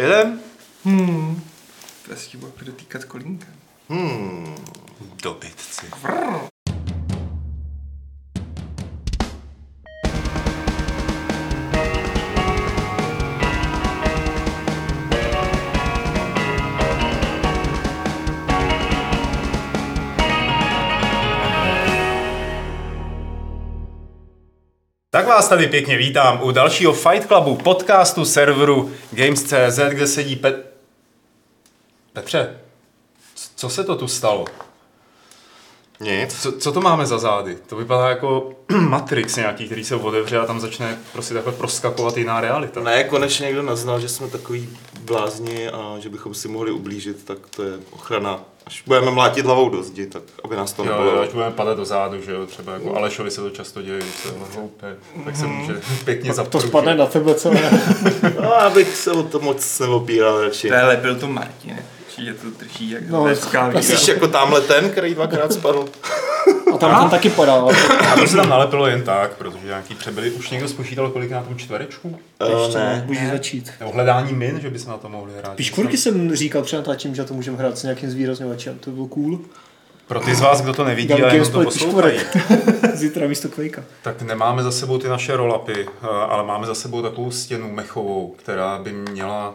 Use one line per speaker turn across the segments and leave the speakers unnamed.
Jedem?
To se ti bude dotýkat kolínka.
Dobytci. Tak vás tady pěkně vítám u dalšího Fight Clubu podcastu serveru Games.cz, kde sedí Pet... Petře, c- co se to tu stalo?
Nic.
Co, co to máme za zády? To vypadá jako Matrix nějaký, který se otevře a tam začne prostě takhle proskakovat jiná realita.
Ne, konečně někdo naznal, že jsme takový blázni a že bychom si mohli ublížit, tak to je ochrana. Až budeme mlátit hlavou do zdi, tak aby nás to
Jo, jo,
nebylo.
až budeme padat do zádu, že jo, třeba jako Alešovi se to často děje, když se hloupé, tak se může pěkně
To
zapružit.
spadne na tebe celé.
No, abych se o to moc neopíral radši.
Téhle byl to Martin. Určitě to drží jak no, leská víra.
Jsi jako tamhle ten, který dvakrát spadl.
A tam, tam taky padá.
A to se tam nalepilo jen tak, protože nějaký přebyly. Už někdo spočítal, kolik na tom čtverečku?
Ještě Eh, ne.
Můžeš začít.
Nebo hledání min, že bychom na to mohli hrát.
Piškurky jsem říkal při natáčení, že to můžeme hrát s nějakým zvýrazňovačem, to bylo cool.
Pro ty z vás, kdo to nevidí,
Dám
ale jenom to
gamesplit
poslouchají.
Zítra místo Quakea.
Tak nemáme za sebou ty naše rolapy, eh, ale máme za sebou takovou stěnu mechovou, která by měla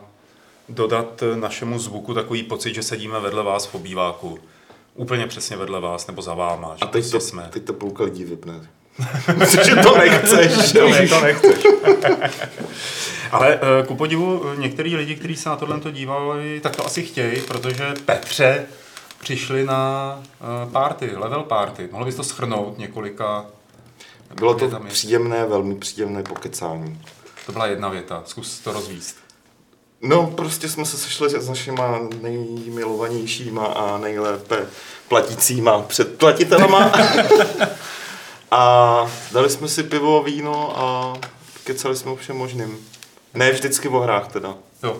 dodat eh, našemu zvuku takový pocit, že sedíme vedle vás v obýváku. Úplně přesně vedle vás, nebo za váma, že
A teď to,
Prostě jsme.
teď to půlka lidí vypne. Protože to nechceš, jo?
Ne, to nechceš. Ale eh, ku podivu, eh, některý lidi, kteří se na tohle to dívali, tak to asi chtějí, protože Petře přišli na eh, party, level party. Mohl bys to schrnout několika
Bylo to
větami?
příjemné, velmi příjemné pokecání.
To byla jedna věta, zkus to rozvíst.
No, prostě jsme se sešli s našima nejmilovanějšíma a nejlépe platícíma předplatitelama. a dali jsme si pivo, víno a kecali jsme o všem možným. Ne vždycky o hrách teda.
Jo,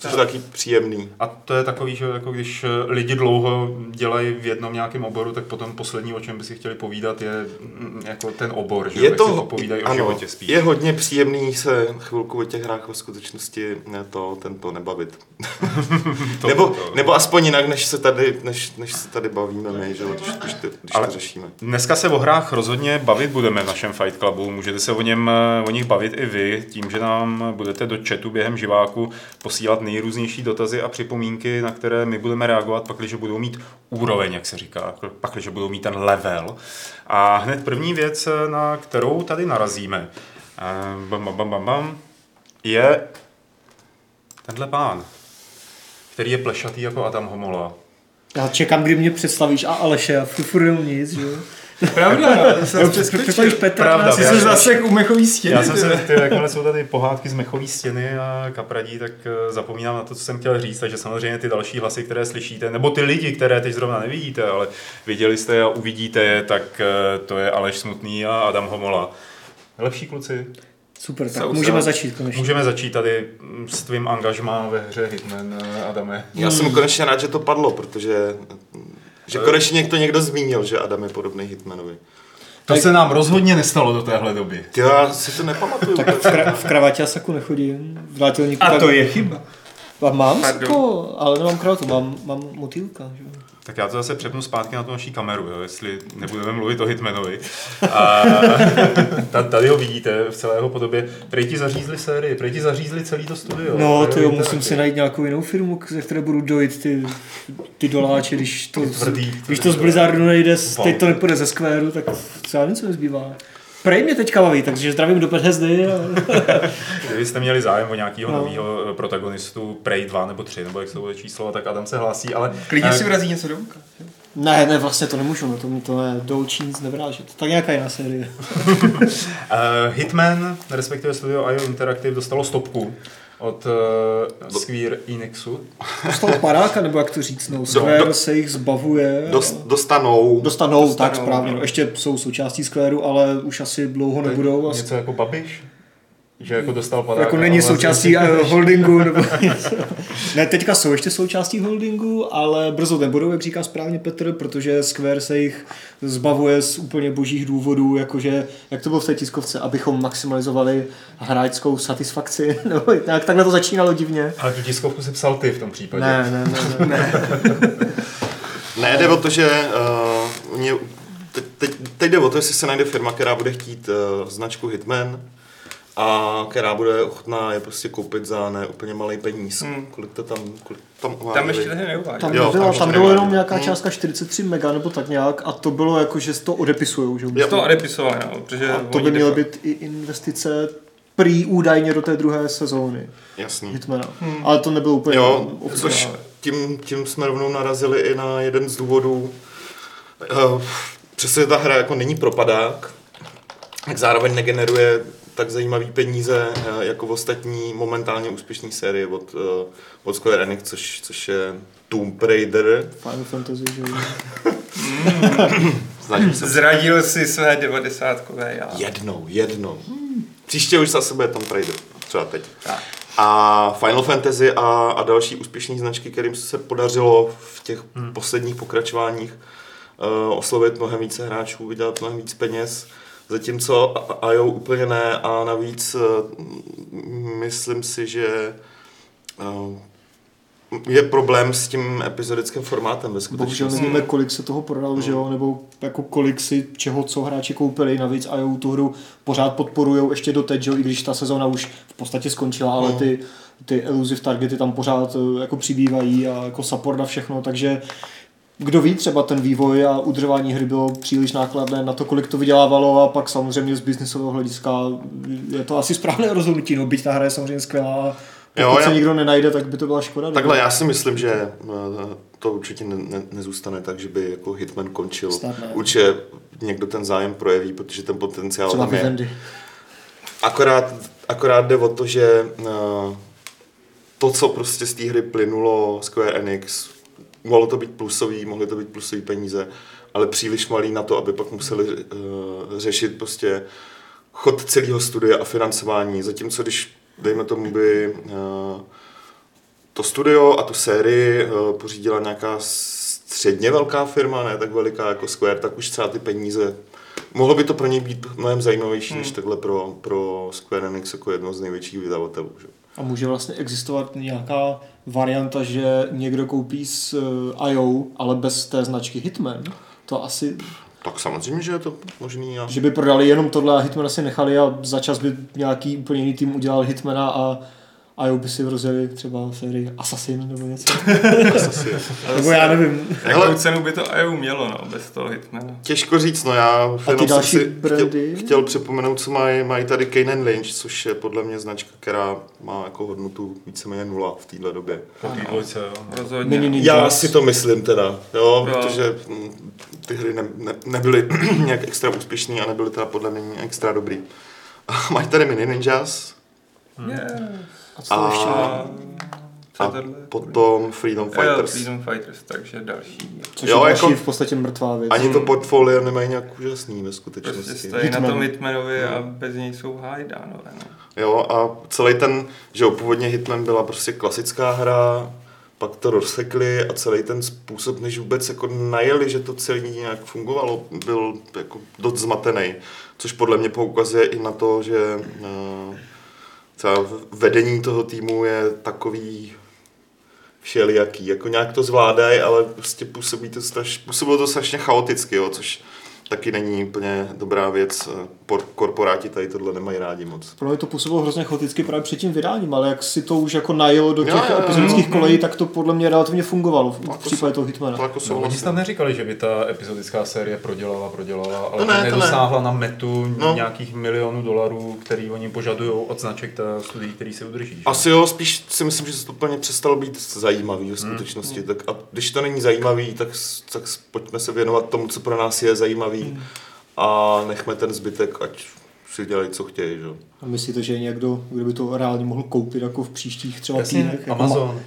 Což je taky příjemný.
A to je takový, že jako když eh, lidi dlouho dělají v jednom nějakém oboru, tak potom poslední, o čem by si chtěli povídat, je mm, jako ten obor, že jo?
Je
Jak si
to,
popovídají o
ano,
životě spíš.
je hodně příjemný se chvilku o těch hrách ve skutečnosti ne to, tento nebavit.
To-
nebo,
to-
nebo aspoň jinak, než se tady, než, než se tady bavíme my, že, jo, když, když, to- když
Ale-
to řešíme.
Dneska se o hrách rozhodně bavit budeme v našem Fight Clubu. Můžete se o, něm, eh, o nich bavit i vy, tím, že nám budete do chatu během živáku posílat nejrůznější dotazy a připomínky, na které my budeme reagovat, pakliže budou mít úroveň, jak se říká, pakliže budou mít ten level. A hned první věc, eh, na kterou tady narazíme, eh, bam, bam, bam, bam, bam, je tenhle pán, který je plešatý jako Adam Homola.
Já čekám, kdy mě představíš a Aleše a furt furt nic, že jo.
Pravda, já jsem
Jo,
se
Představíš
přeskočil.
Petra,
Pravda,
Pravda,
Ty
já
jsi
jsem-
zase u mechový stěny.
Já jsem
ty.
se, ty, jakmile jsou tady pohádky z mechové stěny a kapradí, tak eh, zapomínám na to, co jsem chtěl říct, takže samozřejmě ty další hlasy, které slyšíte, nebo ty lidi, které teď zrovna nevidíte, ale viděli jste je a uvidíte je, tak eh, to je Aleš Smutný a Adam Homola. Lepší kluci,
Super, tak
Sausa.
můžeme začít konečně.
můžeme začít tady mm, s tvým angažmá ve hře Hitman, eh, Adame.
Já
Hmm.
jsem konečně rád, že to padlo, protože
Eh.
že konečně někdo někdo zmínil, že Adam je podobný Hitmanovi.
To se nám rozhodně nestalo do téhle doby.
Ty, já si to nepamatuju.
Tak v, kra- v kravatě a saku nechodím. Vrátil někoho.
A to je chyba.
A mám
Pardon.
sako, ale nemám kravatu, mám, mám motýlka, že jo.
Tak já to zase přepnu zpátky na tu naší kameru, jo, jestli nebudeme mluvit o Hitmanovi. A ta- tady ho vidíte v celé jeho podobě. Prej ti zařízli sérii, prej ti zařízli celý to studio.
No,
Prej
to jo,
ho
musím
interakci.
si najít nějakou jinou firmu, k- ze které budu dojít ty, ty doláče, když to,
Ty tvrdý, tvrdý
když to z
doláče.
Blizzardu nejde, z-
Wow.
teď to nepůjde ze Squareu, tak co já nevím, co mi zbývá. Prej mě teďka baví, takže zdravím do Bethesdy. A...
Kdybyste měli zájem o nějakého
No.
nového protagonistu, Prej 2 nebo 3, nebo jak se to bude číslo, tak Adam se hlásí, ale...
Klidně
eh,
si vrazí něco do uka.
Ne, ne, vlastně to nemůžu, no to mi to ne, do očí nic nevrážet. Tak nějaká jiná série.
eh, Hitman, respektive studio IO Interactive, dostalo stopku od uh, Square Enixu.
Dostal paráka, nebo jak to říct, no,
Do-
Square
do-
se jich zbavuje.
Dost, dostanou.
Dostanou, tak
dostanou,
správně,
no.
no. ještě jsou součástí Squareu, ale už asi dlouho nebudou. A
Něco jako Babiš? Že jako dostal padák.
Jako
a
není
vlastně-
součástí eh, holdingu nebo něco. Ne, teďka jsou ještě součástí holdingu, ale brzo nebudou, jak říká správně Petr, protože Square se jich zbavuje z úplně božích důvodů, jakože, jak to bylo v té tiskovce, abychom maximalizovali hráčskou satisfakci, nebo tak, takhle to začínalo divně.
Ale tu tiskovku si psal ty v tom případě.
Ne, ne, ne, ne. ne.
Ne, jde o to, že uh, mě, teď, teď, teď jde o to, jestli se najde firma, která bude chtít uh, značku Hitman a která bude ochotná je prostě koupit za ne úplně malý peníz. Hmm. Kolik to tam, kolik tam
Tam
uváděli?
ještě tehdy neuváděl.
Tam,
Jo,
jo,
tam
byla,
ještě
tam bylo
nemáme.
jenom nějaká částka 43 mega nebo tak nějak a to bylo jako, že to odepisujou, že
Jo.
To repisované, no, protože
A to
oni
by mělo
de-
být i investice prý údajně do té druhé sezóny.
Jasný.
Hitmana. Hmm. Ale to nebylo úplně
Jo,
oficiální.
což tím, tím jsme rovnou narazili i na jeden z důvodů. Eh, Přestože ta hra jako není propadák, tak zároveň negeneruje tak zajímavý peníze eh, jako v ostatní momentálně úspěšné série od, eh, od Square Enix, což, což je Tomb Raider.
Final Fantasy, že jo.
Snažím se
Zradil si své devadesátkové já.
jednou, jednou. Příště už zase bude Tomb Raider, třeba teď.
Tak.
A Final Fantasy a, a další úspěšné značky, kterým se podařilo v těch hmm. posledních pokračováních uh, oslovit mnohem více hráčů, vydělat mnohem víc peněz, zatímco a- IO úplně ne a navíc uh, myslím si, že uh, je problém s tím epizodickým formátem ve
Bohužel
skutečnosti.
nevíme, kolik se toho prodalo, že
No.
jo, nebo jako kolik si čeho, co hráči koupili. Navíc IO tu hru pořád podporujou ještě doteď, že jo, i když ta sezóna už v podstatě skončila, ale
No.
ty, ty elusive targety tam pořád eh, jako přibývají a jako support a všechno, takže kdo ví, třeba ten vývoj a udržování hry bylo příliš nákladné na to, kolik to vydělávalo a pak samozřejmě z biznisového hlediska je to asi správné rozhodnutí, no byť ta hra je samozřejmě skvělá a pokud
Jo,
jo, se
já-
nikdo nenajde, tak by to byla škoda.
Takhle já si myslím, že eh, to určitě ne, ne, nezůstane tak, že by jako Hitman končil.
Snad ne.
Určitě někdo ten zájem projeví, protože ten potenciál
Třeba
tam je.
Vivendi.
Akorát, akorát jde o to, že eh, to, co prostě z té hry plynulo Square Enix, mohlo to být plusový, mohly to být plusové peníze, ale příliš malý na to, aby pak museli eh, řešit prostě chod celého studia a financování. Zatímco když, dejme tomu, by eh, to studio a tu sérii eh, pořídila nějaká středně velká firma, ne tak veliká jako Square, tak už třeba ty peníze, mohlo by to pro něj být mnohem zajímavější, hmm. než takhle pro, pro Square Enix jako jedno z největších vydavatelů. Že?
A může vlastně existovat nějaká varianta, že někdo koupí s eh, IO, ale bez té značky Hitman. To asi,
Tak samozřejmě, že je to možný. A...
že by prodali jenom tohle a Hitmana si nechali a za čas by nějaký úplně jiný tým udělal Hitmana a IO by si rozjeli třeba sérii Assassin nebo něco. nebo já nevím.
Hele.
Jakou cenu by to EU mělo, no, bez toho Hitmana.
Těžko říct, no já
ty
jenom jsem
další
si
brandy?
chtěl, chtěl připomenout, co mají, mají tady Kane and Lynch, což je podle mě značka, která má jako hodnotu víceméně nula v této době.
Po té dvojce, jo.
Rozhodně.
Mini-
no.
Já
Jazz.
si to myslím teda, jo,
Jo.
protože mm, ty hry ne, ne, nebyly nějak extra úspěšný a nebyly teda podle mě nějak extra dobrý. Mají tady mini ninjas
Yes.
A co
a,
ještě?
A
a
co tohle?
potom Freedom
Jo,
Fighters.
Freedom Fighters, takže další.
Což
jo,
je další
jako-
v podstatě mrtvá věc.
Ani to
Mm.
portfolio nemají nějak úžasný ve
Prostě
skutečnosti.
stojí na
Hitman.
tom Hitmanovi No. a bez něj jsou Hajdánové. No.
Jo, a celý ten, že jo, původně Hitman byla prostě klasická hra, pak to rozsekli a celý ten způsob, než vůbec jako najeli, že to celý nějak fungovalo, byl jako dost zmatený. Což podle mě poukazuje i na to, že eh, třeba vedení toho týmu je takový všelijaký, jako nějak to zvládají, ale prostě působí to straš, působilo to strašně chaoticky, jo, což taky není úplně dobrá věc. eh, por- Korporáti tady tohle nemají rádi moc.
Pro mě to působilo hrozně chaoticky právě před tím vydáním, ale jak si to už jako najelo do těch
Jo, jo, jo.
epizodických kolejí, tak to podle mě relativně fungovalo v, v případě toho Hitmana.
To jako
No, oni
souhlasím.
snad neříkali, že by ta epizodická série prodělala, prodělala, ale
To
ne,
ne, to ne.
nedosáhla na metu
No.
no. nějakých milionů dolarů, který oni požadují od značek té studií, který se udrží. že?
Asi jo, spíš si myslím, že se to úplně přestalo být zajímavý
Hmm.
v skutečnosti. Tak a když to není zajímavý, tak, s- tak s- pojďme se věnovat tomu, co pro nás je
Hmm.
zajímavý a nechme ten zbytek, ať si dělají, co chtějí. Že? jo.
A myslíte, že je někdo, kdo by to reálně mohl koupit jako v příštích třeba
Jasně,
týdnech? Jako
Amazon.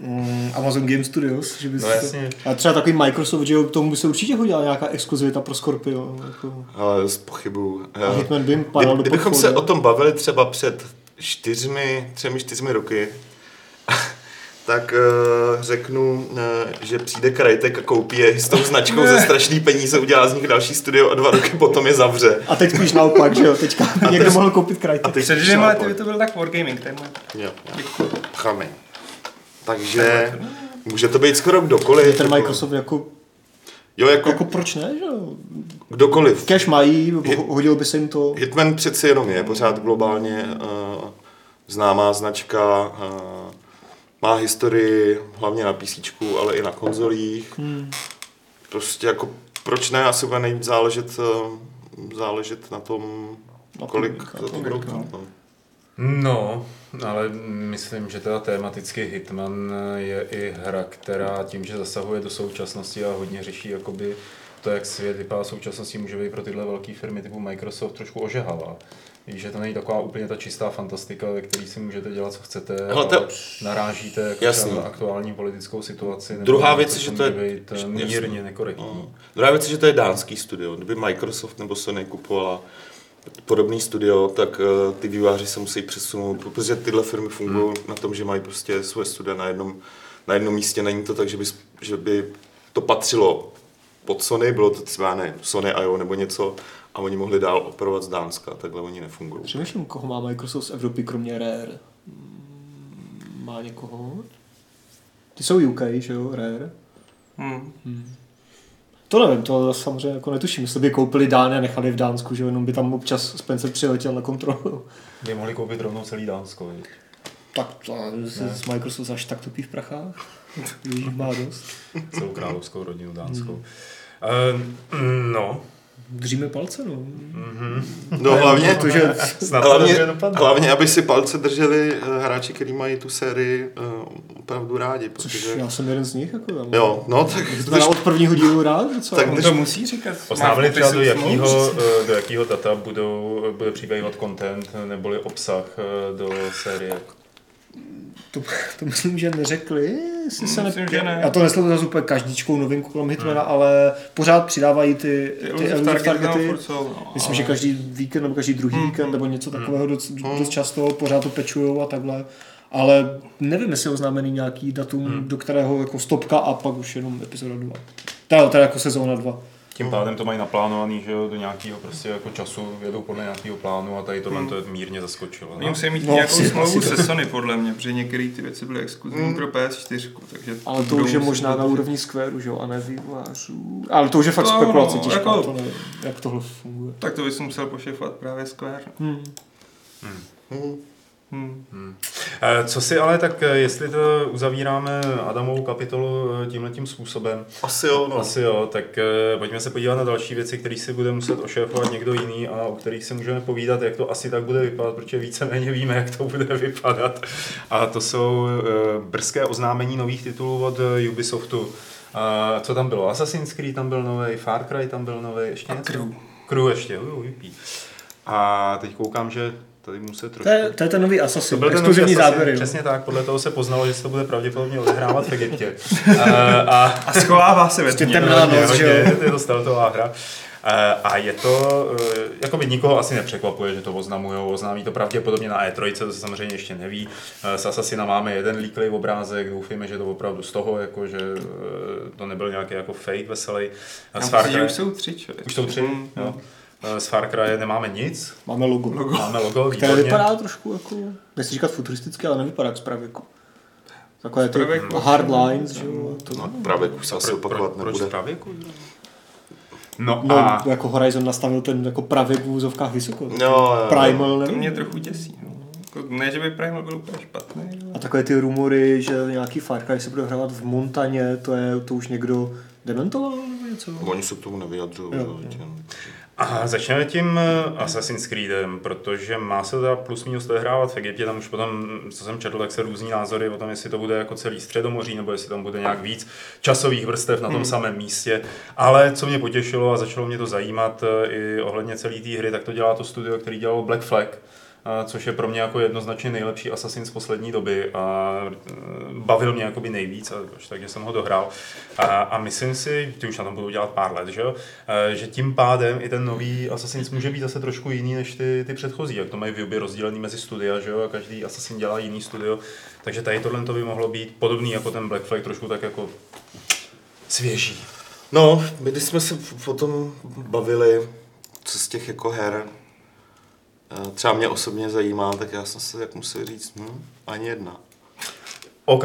mm, Amazon Game Studios, že by
No
si to-
jasně.
A třeba takový Microsoft, že jo, k tomu by se určitě hodila nějaká exkluzivita pro Scorpio. Jako.
Ale z pochybu.
A Hitman by jim padal do
Kdybychom se
portfolia.
o tom bavili třeba před čtyřmi, třemi, čtyřmi roky, tak eh, řeknu, eh, že přijde Krajtek a koupí je s tou značkou ze strašný peníze, udělá z nich další studio a dva roky potom je zavře.
A teď spíš naopak, že jo, teďka by někdo mohl koupit
A
Crytek.
teď
Před
přišel
dvěma lety
Apple.
by to byl tak Wargaming, ten můj.
Jo, jo. Cháme. Takže může to být skoro kdokoliv.
Ten Microsoft jako,
Jo, jako,
jako proč ne, že jo?
kdokoliv.
Cash mají, ho- hodil by se jim to.
Hitman přeci jenom je pořád globálně uh, známá značka, uh, má historii hlavně na PC, ale i na konzolích. Hmm. Prostě jako proč ne, asi bude nejvíc záležet, eh, záležet na tom,
tom,
kolik
na
za to budou chtít. no.
No, ale myslím, že teda tematicky Hitman je i hra, která tím, že zasahuje do současnosti a hodně řeší jakoby to, jak svět vypadá v současnosti, může být pro tyhle velké firmy typu Microsoft trošku ožehalá. Víš, že to není taková úplně ta čistá fantastika, ve které si můžete dělat, co chcete,
Hele,
ale
to-
narážíte jako
Jasný.
třeba na aktuální politickou situaci. nebo
Druhá
něco,
věc je,
co
že to je-
může být eh,
jasný.
mírně nekorektní.
No. Druhá věc je, že to je dánský studio. Kdyby Microsoft nebo Sony kupovala podobný studio, tak eh, ty výváři se musí přesunout, protože tyhle firmy fungují hmm. na tom, že mají prostě svoje studia na jednom, na jednom místě. Není to tak, že by, s- že by to patřilo pod Sony, bylo to třeba ne, Sony IO nebo něco a oni mohli dál operovat z Dánska, takhle oni nefungují.
Přemýšlím, koho má Microsoft z Evropy, kromě Rare. Mm, Má někoho? Ty jsou UK, že jo, Rare?
Hmm.
To nevím, to samozřejmě jako netuším, jestli by koupili Dány a nechali v Dánsku, že jo, jenom by tam občas Spencer přiletěl na kontrolu.
By mohli koupit rovnou celý Dánsko. viď?
Tak to z Microsoft až tak topí v prachách. Už má dost.
Celou královskou rodinu
Hmm.
dánskou. Ehm, no,
Držíme palce, no.
No hlavně, to, že
snad to
hlavně,
dobře dopadne.
hlavně, aby si palce drželi eh, hráči, kteří mají tu sérii eh, opravdu rádi,
Což
No,
protože...
já jsem jeden z nich, jako tam.
Jo, no tak
Teda od prvního dílu rád, docela.
Tak
On
když-
No, to musí říkat.
Oznámili
Má v
třeba do
popisu smlouv.
jakýho, eh, do jakýho data budou, bude přibývat content neboli obsah eh, do série.
To, to myslím, že neřekli. Jestli se
Myslím, že ne.
Já to nesleduji zase úplně každíčkou novinku kolem Hitmana, hmm. ale pořád přidávají ty, ty
Elusive
elusive
targety, no,
targety.
furt jsou, no,
Myslím,
ale-
že každý víkend nebo každý druhý
Hmm.
víkend nebo něco takového dost, dost často, pořád to pečujou a takhle. Ale nevím, jestli je oznámený nějaký datum,
Hmm.
do kterého jako stopka a pak už jenom epizoda 2. Teda, teda jako sezóna 2.
Tím pádem to mají naplánovaný, že jo, do nějakého prostě jako času, jedou podle nějakého plánu a tady tohle to mírně zaskočilo.
Oni
No.
musí mít
No,
nějakou
asi-
smlouvu
asi
se Sony, podle mě, protože některé ty věci byly exkluzivní pro PS4, takže...
Ale to
budou
už je
muset
možná
být-
na úrovni Squareu, že jo, a ne vývojářů. Ale to už je fakt
No,
spekulace
no,
těžká,
jako-
to nevím, jak tohle funguje.
Tak to bys musel pošefovat právě Square. no.
Hmm.
Hmm.
Eh, Co si ale tak, eh, jestli to uzavíráme Adamovou kapitolu eh, tímhletím způsobem,
Asi jo, no.
Asi jo, tak eh, pojďme se podívat na další věci, které si bude muset ošéfovat někdo jiný a o kterých si můžeme povídat, jak to asi tak bude vypadat, protože víceméně víme, jak to bude vypadat. A to jsou eh, brzké oznámení nových titulů od eh, Ubisoftu. A co tam bylo? Assassin's Creed tam byl nový, Far Cry tam byl nový, ještě
A
něco?
Crew.
Crew ještě, uj, uj, pí. A teď koukám, že tady muset trošku...
To je, to je ten nový Assassin,
To byl ten
exkluzivní
nový Assassin,
záběry.
Přesně tak, podle toho se poznalo, že se to bude pravděpodobně odehrávat v Egyptě. Eh, a
A schovává se ve
Prostě
tmě.
temná noc, že jo.
je to startová hra. Eh, A je to, eh, jako by nikoho asi nepřekvapuje, že to oznamují. Oznámí to pravděpodobně na E3, to se samozřejmě ještě neví. Eh, S Assassina máme jeden líklý obrázek, doufejme, že to opravdu z toho, jako, že eh, to nebyl nějaký jako fake veselý. Eh, S
Já
Far
myslím, že
Cry,
už jsou tři, člověk.
už jsou tři,
Hmm.
jo. Eh, S Far Cry nemáme nic,
Máme logo.
máme logo,
Které
výborně.
vypadá trošku jako, nechci říkat futuristicky, ale nevypadá jak z pravěku. Takové ty
pravěku.
hard lines, že jo. a To,
No, právě už se asi opakovat
Proč
nebude.
právě? No
no,
a
jako Horizon nastavil ten jako pravěk v úzovkách vysoko.
No, jo.
Primal,
To mě
nevím.
trochu děsí. No. Jako, Ne, že by Primal byl úplně špatný, ale...
A takové ty rumory, že nějaký Far Cry se bude hrávat v Montaně, to je, to už někdo dementoval nebo něco?
Oni se k tomu nevyjadřují.
Jo,
jo, tě.
A začneme tím eh, Assassin's Creedem, protože má se teda plus minus odehrávat v Egyptě, tam už potom, co jsem četl, tak se různí názory o tom, jestli to bude jako celý středomoří, nebo jestli tam bude nějak víc časových vrstev na tom samém místě. Ale co mě potěšilo a začalo mě to zajímat eh, i ohledně celé té hry, tak to dělá to studio, který dělalo Black Flag. a což je pro mě jako jednoznačně nejlepší Assassin z poslední doby a eh, bavil mě jakoby nejvíc, a až takže jsem ho dohrál. A, a myslím si, ty už na tom budou dělat pár let, že jo, eh, že tím pádem i ten nový Assassin's může být zase trošku jiný než ty, ty předchozí, jak to mají v obě rozdělený mezi studia, že jo, a každý Assassin dělá jiný studio, takže tady tohle to by mohlo být podobný jako ten Black Flag, trošku tak jako svěží.
No, my když jsme se o tom bavili, co z těch jako her eh, třeba mě osobně zajímá, tak já jsem se tak musel říct, hm, ani jedna.
OK.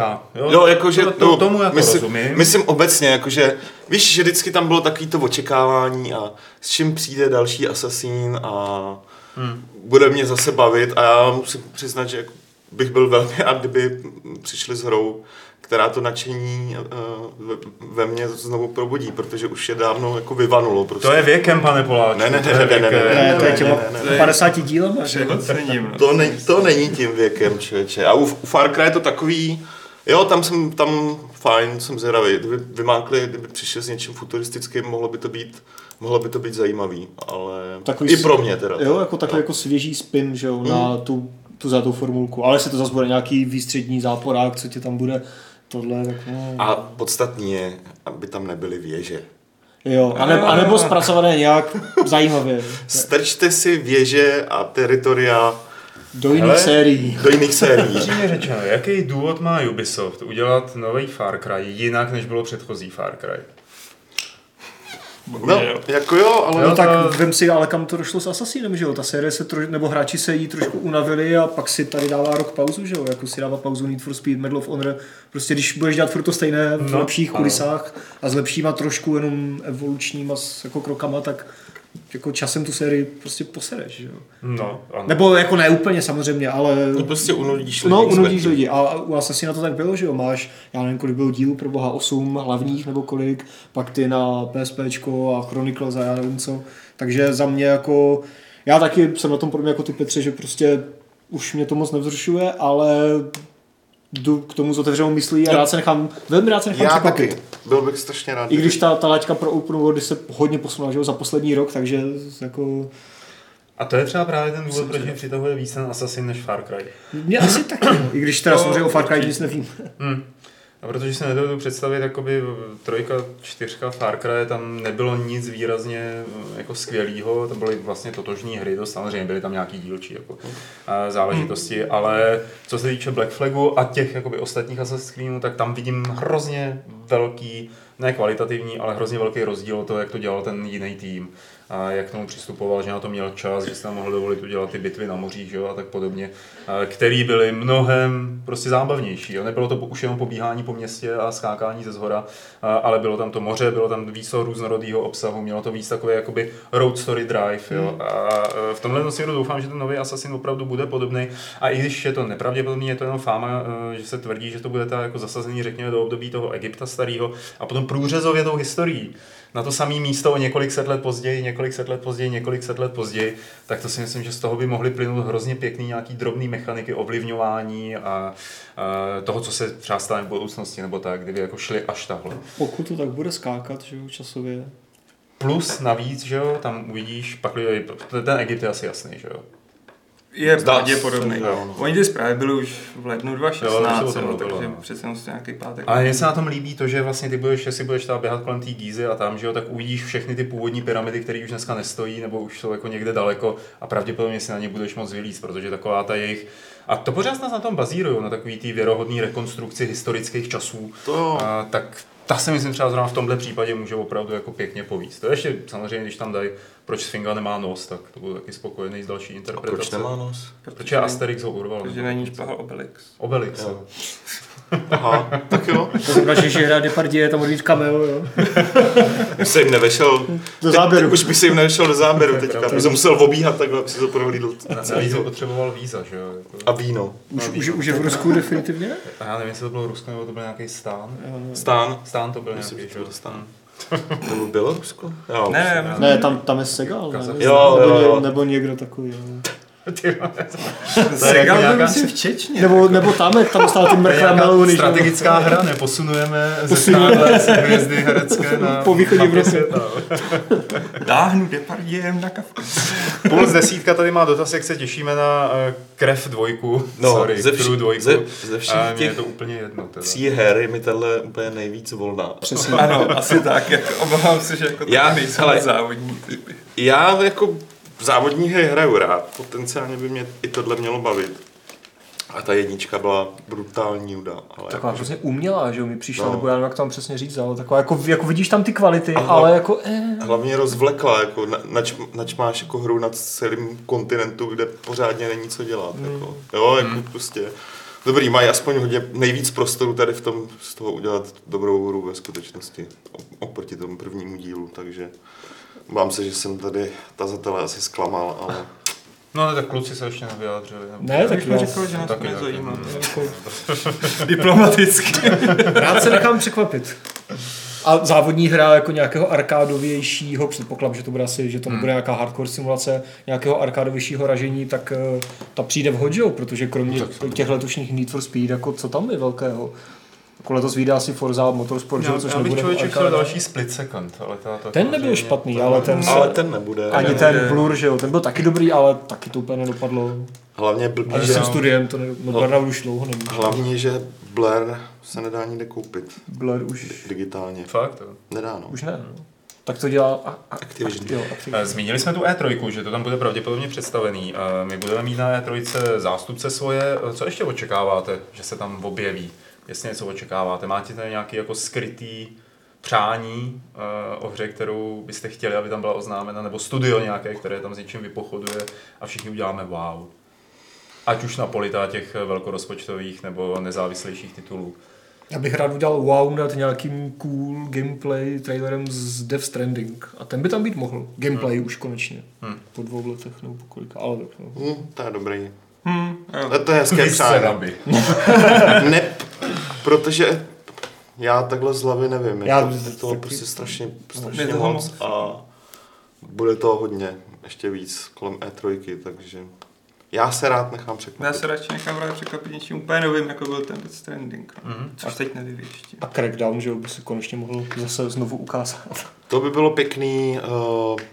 Jo, jakože
to,
no,
to, tomu jako
myslím,
rozumím.
Myslím obecně, jakože víš, že vždycky tam bylo takový to očekávání a s čím přijde další Assassin a hmm. bude mě zase bavit a já musím přiznat, že jako bych byl velmi rád, kdyby přišli s hrou, která to nadšení eh, ve, ve mně znovu probudí, protože už je dávno jako vyvanulo. Prostě.
To je věkem, pane Poláčku.
Ne, ne,
to je
ne, ne, ne,
věkem.
ne,
Ne, to je těma
ne, ne,
ne.
50 dílama, že? jo?
Ocením.
To, ne, to není tím věkem, člověče. A u, u Far Cry je to takový, jo, tam jsem, tam fajn, jsem zvědavý. Kdyby vymákli, kdyby přišli s něčím futuristickým, mohlo by to být, mohlo by to být zajímavý, ale
Takový
i
s-
pro mě teda.
Jo, jako takový jako svěží spin, že jo, na tu, tu zlatou formulku. Ale se to zase bude nějaký výstřední záporák, co tě tam bude tohle, tak no.
A podstatní je, aby tam nebyly věže.
Jo, anebo, anebo zpracované nějak zajímavě.
Strčte si věže a teritoria
Do jiných
Hele.
sérií.
do jiných sérií.
Upřímně řečeno, jaký důvod má Ubisoft udělat nový Far Cry jinak, než bylo předchozí Far Cry?
No, jako jo, ale...
No
Jo,
tak
to-
vem si, ale kam to došlo s Assassinem, že jo? Ta série se troš, nebo hráči se jí trošku unavili a pak si tady dává rok pauzu, že jo? Jako si dává pauzu Need for Speed, Medal of Honor. Prostě když budeš dělat furt to stejné v no,
No,
lepších
ano.
kulisách a s lepšíma trošku jenom evolučníma s- jako krokama, tak jako časem tu sérii prostě posereš, že jo?
No, ano.
Nebo jako ne úplně samozřejmě, ale...
To prostě unudíš
No,
lidi k
unudíš
smrti.
lidi. A a u Assassina to tak bylo, že jo? Máš, já nevím, kolik bylo dílů pro boha, 8 hlavních nebo kolik, pak ty na PSPčko a Chronicles a já nevím co. Takže za mě jako, já taky jsem na tom podobně jako ty Petře, že prostě už mě to moc nevzrušuje, ale jdu k tomu s otevřenou myslí a rád se nechám, velmi rád se nechám
Já
překvapit.
taky. Byl bych strašně rád.
I když ta, ta laťka pro open worldy se hodně posunula, že jo, za poslední rok, takže jako...
A to je třeba právě ten důvod, proč mě přitahuje víc ten Assassin než Far Cry.
Mě asi taky, no. I když teda
No,
samozřejmě o Far Cry
určitě.
nic nevím.
Hmm. A protože si nedovedu představit, jakoby trojka, čtyřka Far Cry, tam nebylo nic výrazně eh, jako skvělého, to byly vlastně totožní hry, to samozřejmě byly tam nějaký dílčí jako, eh, záležitosti, ale co se týče Black Flagu a těch jakoby ostatních Assassin's Creedů, tak tam vidím hrozně velký, ne kvalitativní, ale hrozně velký rozdíl od toho, jak to dělal ten jiný tým a jak k tomu přistupoval, že na to měl čas, že se tam mohl dovolit udělat ty bitvy na mořích že jo, a tak podobně, eh, který byly mnohem prostě zábavnější. Jo. Nebylo to po- už jenom pobíhání po městě a skákání ze zhora, eh, ale bylo tam to moře, bylo tam víc toho různorodého obsahu, mělo to víc takové jakoby road story drive. Jo. A eh, v tomhle směru doufám, že ten nový Assassin opravdu bude podobný. A i když je to nepravděpodobně, je to jenom fáma, eh, že se tvrdí, že to bude ta jako zasazení, řekněme, do období toho Egypta starého a potom průřezově tou historií na to samé místo o několik set let později, několik set let později, několik set let později, tak to si myslím, že z toho by mohly plynout hrozně pěkný nějaký drobný mechaniky ovlivňování a, a toho, co se třeba stane v budoucnosti nebo tak, kdyby jako šli až takhle.
Pokud to tak bude skákat, že jo, časově,
Plus navíc, že jo, tam uvidíš, pak ten Egypt je asi jasný, že jo.
Je
Zdá
pravděpodobný.
se, že jo, no.
Oni ty zprávy byly už v lednu
Jo, to už
2016,
se o tom
jo,
mluvilo,
takže
no.
přece jenom jste nějaký pátek.
Ale mně se na tom líbí to, že vlastně ty budeš, jestli budeš tam běhat kolem té Gízy a tam, že jo, tak uvidíš všechny ty původní pyramidy, které už dneska nestojí, nebo už jsou jako někde daleko a pravděpodobně si na ně budeš moc vylíz, protože taková ta jejich a to pořád nás na tom bazírují, na takový ty věrohodný rekonstrukci historických časů.
To jo.
A, tak ta si myslím třeba zrovna v tomhle případě může opravdu jako pěkně povíst. To ještě samozřejmě, když tam dají, proč Sfinga nemá nos, tak to budu taky spokojený s další
A
interpretací.
proč nemá nos?
Protože Asterix ho urval.
Protože
nebo-
na ní šplhal Obelix.
Obelix. jo.
Aha, tak jo.
To znamená, že když hraje Depardieu, je tam odvíjí cameo, jo?
Už se jim nevešel
Do
teď-
záběru.
Teď, už by se jim nevešel do záběru teďka. Už jsem musel obíhat takhle, aby si to prohlídl.
Na- Navíc ho potřeboval víza, že jo. Jako.
A víno.
Už, už, už je v Rusku definitivně?
A já nevím, jestli to bylo Rusko nebo to byl nějaký stán.
Stán.
Stán to byl
Myslím, že
nějaký, že
to
jo.
byl stán. Nebo bylo Rusko? Jo.
Ne,
Ne, tam, tam je Segal, ne?
Kazachstán.
Jo,
nebo,
jo, jo.
nebo někdo takový, jo.
Ty vole.
jako
Sega byl
nějaká-
myslím v Čečně.
Nebo, nebo tam, jak tam stál ty mrchlé melouny. že jo.
strategická hra, neposunujeme ze
Posunujeme.
stále z hvězdy herecké na
Po východní
mapě
Evropě.
světa.
Dáhnu Depardiem na kavku.
Půl z desítka tady má dotaz, jak se těšíme na eh, krev dvojku.
No,
Sorry,
ze vš-
Crew dvojku.
ze- ze všech
A mně je
těch
to úplně jedno. Teda.
Tří her je mi tahle úplně nejvíc volná.
Přesně.
Ano, asi tak. Jako, obávám se, že jako
Já-
já, nejsou
hele.
ale... závodní typy.
Já jako závodní hry hraju rád, potenciálně by mě i tohle mělo bavit. A ta jednička byla brutální nuda, ale
Taková prostě umělá, že jo, mi přišla,
No.
nebo já nevím, jak tam přesně říct, ale taková, jako, jako vidíš tam ty kvality, ale jako, eh,
hlavně rozvlekla, jako na, nač, nač máš jako hru na celém kontinentu, kde pořádně není co dělat. Mm. Jako. Jo, jako mm. prostě. Dobrý, mají aspoň hodně nejvíc prostoru tady v tom, z toho udělat dobrou hru ve skutečnosti op- oproti tomu prvnímu dílu, takže bám se, že jsem tady tazatele asi zklamal, ale
No ale tak kluci se ještě nevyjádřili.
ne, tak
Bych
jo.
řekl, že nás to
Taky, taky.
nezajímá. Jako Diplomaticky.
Rád se nechám překvapit. A závodní hra jako nějakého arkádovějšího, předpoklad, že to bude asi, že to nebude nějaká hardcore simulace, nějakého arkádovějšího ražení, tak eh, ta přijde v hodžou, protože kromě těch letošních Need for Speed, jako co tam je velkého? Jako letos vyjde asi Forza Motorsport, že jo,
Já,
což
já bych
nebude
člověče
arkáda.
chtěl další split second, ale ta, ta
Ten nebyl
samozřejmě-
špatný, No, ale ten,
ale ten nebude.
ani
Ne.
ten Blur, že jo, ten byl taky dobrý, ale taky to úplně nedopadlo.
Hlavně blbý,
Ale s
že,
tím studiem, to ne, no, Burnout už dlouho nemůže.
hlavně, že Blair se nedá nikde koupit
Blur už,
digitálně.
Fakt, jo.
Nedá, no.
už ne. No. Tak to dělá a, a,
Activision.
jo, Activision.
Eh, Zmínili jsme tu E3, že to tam bude pravděpodobně představený. Eh, My budeme mít na E3 zástupce svoje. Eh, Co ještě očekáváte, že se tam objeví? Jestli něco očekáváte, máte tady nějaký jako skrytý přání eh, o hře, kterou byste chtěli, aby tam byla oznámena, nebo studio nějaké, které tam s něčím vypochoduje a všichni uděláme wow. Ať už na polita těch eh, velkorozpočtových nebo nezávislejších titulů.
Já bych rád udělal wow nad nějakým cool gameplay trailerem z Death Stranding. A ten by tam být mohl. Gameplay už konečně.
Hmm.
Po dvou letech nebo po kolika, ale tak no.
Hm, to je dobrý.
Hm, jo.
To, to je hezké přání.
Rabi.
Ne, protože já takhle z hlavy nevím.
Já
Já to,
z-
toho
taky-
prostě strašně,
Je
strašně
toho
moc a bude toho hodně, ještě víc kolem E3, takže já se rád nechám
Já
překvapit.
se radši nechám právě překvapit něčím úplně novým, jako byl ten Death Stranding, no.
Mhm.
což teď neví ještě.
A Crackdown, že jo, by se konečně mohl zase znovu ukázat.
To by bylo pěkný. eh,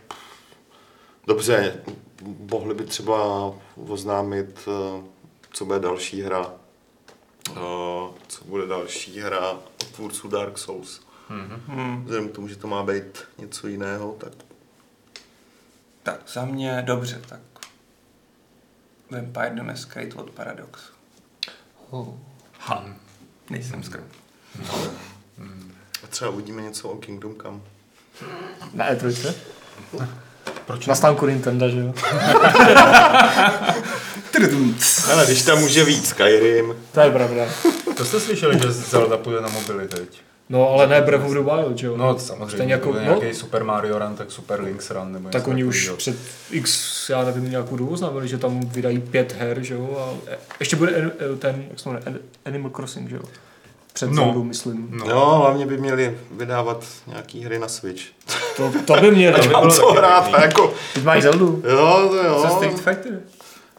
Dobře, mohli by třeba oznámit, eh, co bude další hra. Eh, Co bude další hra od tvůrců Dark Souls.
Mhm.
Hm.
Vzhledem k tomu, že to má být něco jiného, tak
Tak za mě dobře, tak Vampire the Masquerade od Paradox.
Oh.
Ha. Nejsem skrb.
a třeba uvidíme něco o Kingdom Come.
Na E3?
Proč
Na stánku Nintendo, že jo?
Ale když tam může víc Skyrim,
To je pravda.
To jste slyšeli, že Zelda půjde na mobily teď?
No ale ne Breath of the Wild, že jo?
No, samozřejmě.
Stejně jako-
jako, no?
no.
nějaký Super Mario Run, tak Super Link's Run. Nebo
tak
něco
oni už
takovýho.
před x, já nevím, nějakou dobu znamenali, že tam vydají pět her, že jo? A ještě bude en- eh, ten, jak se to jmenuje, An- Animal Crossing, že jo? Před
No.
no. myslím.
No.
no. jo, hlavně by měli vydávat nějaký hry na Switch.
To, to by mělo.
by
Mám
bylo
co
taky
hrát,
pěkný.
a jako,
Teď máš Zeldu.
jo, to jo.
Co Street Fighter?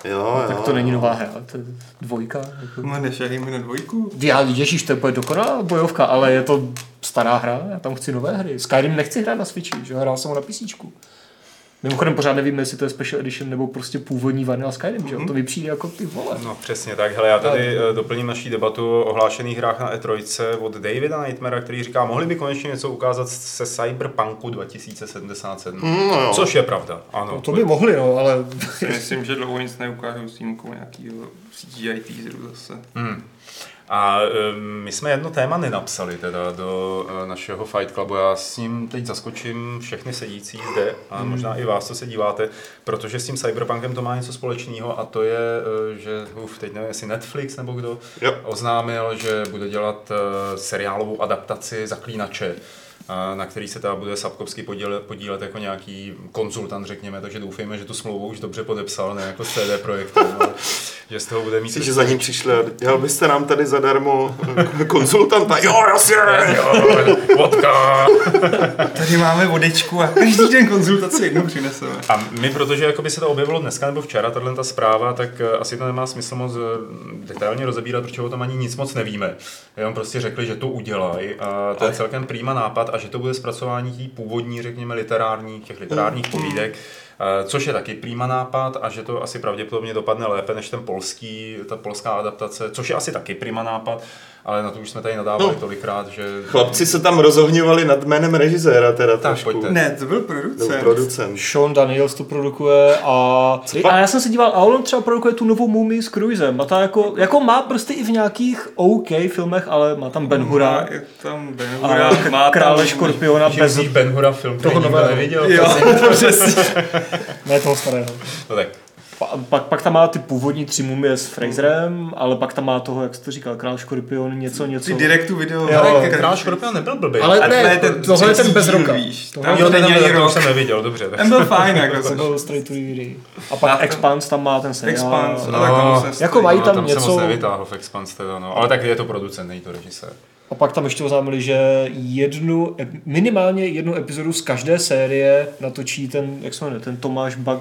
Jo, jo.
No, Tak to není nová hra, to je dvojka. Jako.
No, nešahejme na dvojku.
Já, ježíš, to je úplně dokonalá bojovka, ale je to stará hra, já tam chci nové hry. Skyrim nechci hrát na Switchi, že jo, hrál jsem ho na PC. Mimochodem pořád nevím, jestli to je Special Edition nebo prostě původní Vanilla Skyrim, že jo? To mi přijde jako ty vole.
No přesně tak, hele, já tady eh, doplním naší debatu o ohlášených hrách na E3 od Davida Nightmara, který říká, mohli by konečně něco ukázat se Cyberpunku 2077,
Mm, no jo.
což je pravda, ano.
No to by mohli, no, ale
Si myslím, že dlouho nic neukážou s výjimkou nějakého CGI teaseru zase.
Hmm. A eh, my jsme jedno téma nenapsali teda do eh, našeho Fight Clubu. Já s ním teď zaskočím všechny sedící zde a možná i vás, co se díváte, protože s tím Cyberpunkem to má něco společného a to je, eh, že uf, teď nevím, jestli Netflix nebo kdo
Jo.
oznámil, že bude dělat eh, seriálovou adaptaci Zaklínače eh, na který se teda bude Sapkovský podílet, podílet jako nějaký konzultant, řekněme, takže doufejme, že tu smlouvu už dobře podepsal, ne jako CD Projekt. že z toho bude mít...
Myslíš, že za ním přišli a dělal byste nám tady zadarmo eh, konzultanta? Jo, jasně!
Vodka!
Tady máme vodečku a každý den konzultaci jednou přineseme.
A my, protože jakoby se to objevilo dneska nebo včera, tahle ta zpráva, tak eh, asi to nemá smysl moc eh, detailně rozebírat, protože o tom ani nic moc nevíme. Jenom prostě řekli, že to udělají a to je celkem prýma nápad a že to bude zpracování tí původní, řekněme, literární, těch literárních
Mm,
povídek, eh, což je taky prýma nápad a že to asi pravděpodobně dopadne lépe než ten polský, ta polská adaptace, což je asi taky prýma nápad, ale na to už jsme tady nadávali
No.
tolikrát, že...
Chlapci se tam rozohňovali nad jménem režiséra teda
Tak,
trošku.
pojďte.
Ne, to byl
Nebo
producent.
producent.
Sean Daniels to produkuje a...
pak?
A já jsem se díval, a on třeba produkuje tu novou mumii s Cruisem a ta jako, jako má prostě i v nějakých OK filmech, ale má tam Ben Hura.
Je tam Ben
A
Hura, má tam...
Krále škorpiona
Že
bez...
vzít Ben Hura film, který
Toho
nikdo
nového.
neviděl.
Jo, přesně.
Ne toho starého.
No tak,
Pa, pak, pak tam má ty původní tři mumie s Fraserem, ale pak tam má toho, jak jsi to říkal, Král škorpion, něco, něco.
Ty direktu video.
Jo.
Ale Král škorpion nebyl blbý.
Ale
Ale
ne,
ne, ten
tohle je ten
třetí
bez
díl,
roka.
víš.
Tohle-
Tam
jo,
to
ten
není
nebyl,
ani
to už
rok.
jsem neviděl, dobře. Tak.
Ten byl fajn, jako jsem
Byl straight to DVD. A
Já
pak
to-
Expanse tam má ten seriál.
Expanse,
No.
ale tak tam se
Jako mají tam,
tam jsem
něco.
moc nevytáhl v Expanse teda, no. Ale tak je to producent, není to režisér.
A pak tam ještě oznámili, že jednu, minimálně jednu epizodu z každé série natočí ten, jak se jmenuje, ten Tomáš Bag,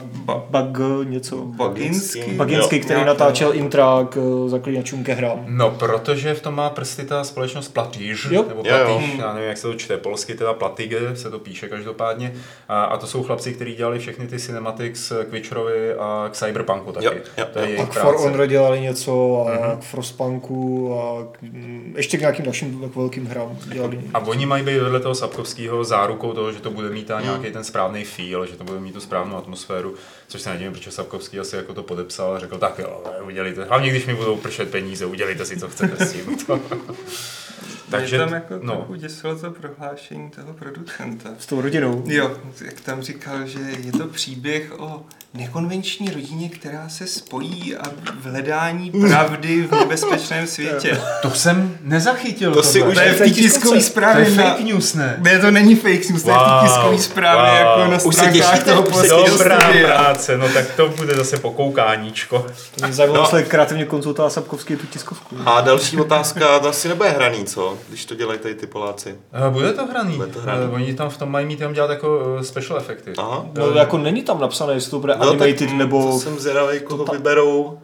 Bag něco.
Baginský.
Baginský,
Jo.
který
Jo.
natáčel intra k zaklínačům ke hrám.
No, protože v tom má prsty ta společnost Platíž,
Jo.
nebo
Jo, jo.
Platíž, já nevím, jak se to čte polsky, teda Platige se to píše každopádně. A, a to jsou chlapci, kteří dělali všechny ty cinematics k Witcherovi a k Cyberpunku taky.
Jo, jo,
to je
jo.
A
jejich
k For
práce.
Honor dělali něco, a k Frostpunku, a k, mm, ještě k nějakým dalším jako velkým hrám dělali něco.
A oni mají být vedle toho Sapkovského zárukou toho, že to bude mít ta nějaký ten správný feel, že to bude mít tu správnou atmosféru, což se nedivím, protože Sapkovský asi jako to podepsal a řekl, tak jo, ale udělejte, hlavně když mi budou pršet peníze, udělejte si, co chcete s tím.
Takže tam jako
no.
no. uděsilo to prohlášení toho producenta.
S tou rodinou.
Jo, jak tam říkal, že je to příběh o nekonvenční rodině, která se spojí a v hledání pravdy v nebezpečném světě.
To jsem nezachytil.
To si tohle. už-
To je v té tiskové zprávě. na-
news, ne?
Ne, to není fake news, to je v
Wow,
té tiskové zprávě
wow.
jako na
Už se
stránkách
těšíte?
toho
Už se
polského
prostě Dobrá
studia.
práce, no tak to bude zase pokoukáníčko.
To mě zajímalo, no. kreativně konzultoval Sapkovský tu tiskovku.
A další otázka, to asi nebude hraný, co? Když to dělají tady ty Poláci.
Eh, Bude to hraný.
Bude to hraný.
Eh, Oni tam v tom mají mít tam dělat jako eh, special efekty.
Aha.
No,
Eh,
jako není tam napsané, jestli to bude
no,
animated
To
nebo
jsem zvědavý, koho vyberou.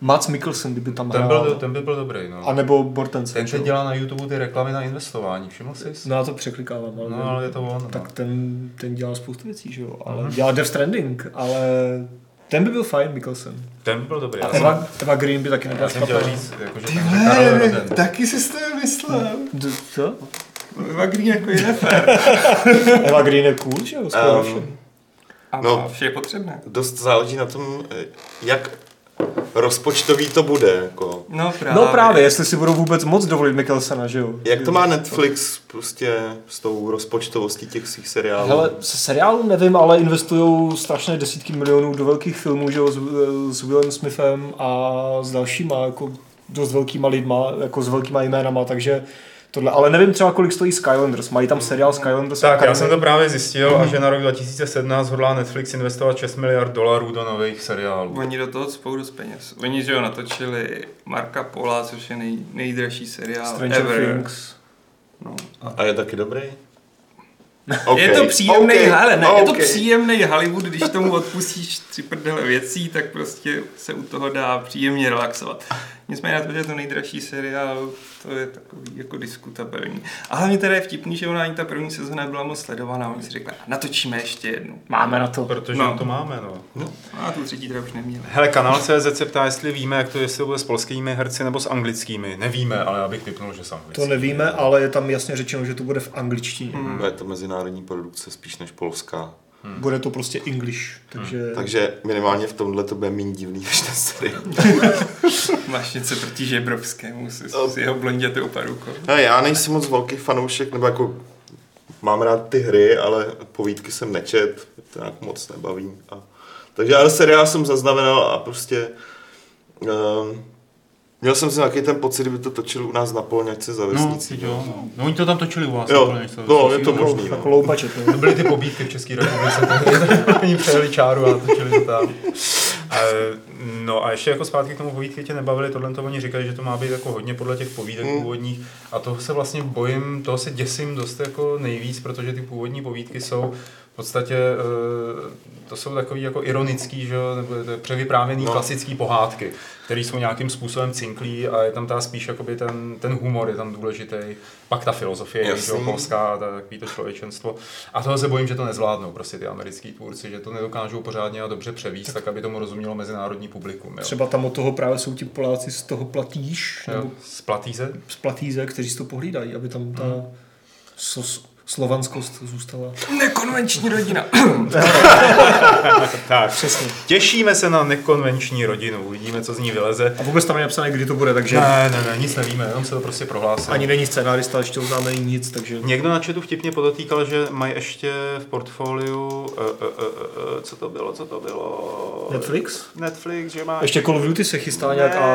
Mats Mikkelsen, kdyby tam
Ten byl,
hrál.
ten by byl dobrý, no.
A nebo Bortensen.
Ten
že
teď
jo?
dělá na YouTube ty reklamy na investování, všiml jsi?
No já to překlikávám, ale,
No, ale Mhm. je to on. no.
tak ten, ten dělal spoustu věcí, že jo, ale dělá Death Stranding, ale ten by byl fajn, Mikkelsen.
Ten by byl dobrý.
A
Já jsem,
Eva, Eva Green by taky nebyla
já jsem chtěl
špatná.
říct, jako, že ten že Karel Roden.
Taky si to nemyslel.
D- Co?
Eva Green jako je nefér.
Eva Green je cool, že jo, skoro
Ehm,
um,
A
No.
no. vše je potřebné.
Dost záleží na tom, eh, jak rozpočtový to bude. Jako.
No právě.
No právě, jestli si budou vůbec moc dovolit Mikkelsena, že jo.
Jak to má Netflix prostě s tou rozpočtovostí těch svých seriálů?
Hele, se seriálu nevím, ale investují strašné desítky milionů do velkých filmů, že jo, s, s Willem Smithem a s dalšíma, jako dost velkýma lidma, jako s velkýma jménama, takže tohle. Ale nevím třeba, kolik stojí Skylanders. Mají tam seriál Skylanders.
Tak, já
Academy?
jsem to právě zjistil, a že na rok 2017 hodlá Netflix investovat 6 miliard dolarů do nových seriálů.
Oni do toho cpou dost peněz. Oni, že jo, natočili Marka Pola, což je nej, nejdražší seriál
Stranger
ever.
Things.
No.
A je taky dobrý?
Okay. Je to příjemný, okay. hele, ne, okay. je to
okay.
příjemný Hollywood, když tomu odpustíš tři prdele věcí, tak prostě se u toho dá příjemně relaxovat. Nicméně na to, že je to nejdražší seriál, to je takový jako diskutabilní. A hlavně teda je vtipný, že ona ani ta první sezóna nebyla moc sledovaná, oni si řekla, natočíme ještě jednu.
Máme na to.
Protože
No.
to máme, no.
A tu třetí teda už neměli.
Hele, kanál CZ se ptá, jestli víme, jak to, jestli to bude s polskými herci nebo s anglickými. Nevíme, ale já bych typnul, že s
To
anglickými.
nevíme, ale je tam jasně řečeno, že to bude v angličtině.
Hmm. Je to mezinárodní produkce spíš než polská.
Bude to prostě English, takže...
Takže minimálně v tomhle to bude méně divný než ten seriál.
Máš něco proti Žebrovskému, si,
Oh.
s jeho blondětou parukou.
Hele, já nejsem moc velký fanoušek, nebo jako mám rád ty hry, ale povídky jsem nečet, mě to nějak moc nebaví. A... Takže ale seriál jsem zaznamenal a prostě um, měl jsem si nějaký ten pocit, kdyby to točil u nás na polňačce za
No,
vesnicí.
jo, no. no, oni to tam točili u vás.
jo,
úplně, co-
no,
co-
je to
no.
možný.
Jako
No.
low budget, no.
To byly ty pobídky v České republice, tak oni přejeli čáru a točili to tam. Eh, No a ještě jako zpátky k tomu povídky tě nebavili, tohle to oni říkají, že to má být jako hodně podle těch povídek
Hmm.
původních a toho se vlastně bojím, toho se děsím dost jako nejvíc, protože ty původní povídky jsou v podstatě, eh, to jsou takový jako ironický, že jo, nebo to je převyprávěný
No.
klasický pohádky, které jsou nějakým způsobem cinklí a je tam ta spíš jakoby ten, ten humor je tam důležitý, pak ta filozofie,
Jasný.
že jo, polská, ta, takový to člověčenstvo. A toho se bojím, že to nezvládnou prostě ty americký tvůrci, že to nedokážou pořádně a dobře převíst, tak aby tomu rozumělo mezinárodní publikum. Jo.
Třeba tam od toho právě jsou ti Poláci z toho platíš,
Jo.
nebo
Splatí se?
z platíze, kteří si to pohlídají, aby tam ta so, slovanskost zůstala.
Nekonvenční rodina.
Tak,
Přesně.
těšíme se na nekonvenční rodinu, uvidíme, co z ní vyleze.
A vůbec tam je napsané, kdy to bude, takže
Ne, ne, ne, nic nevíme, jenom se to prostě prohlásilo.
ani není scénárista, ještě oznámený nic, takže
Někdo na chatu vtipně podotýkal, že mají ještě v portfoliu, e, e, e, e, co to bylo, co to bylo?
Netflix?
Netflix, že má...
Ještě Call of Duty se chystá nějak a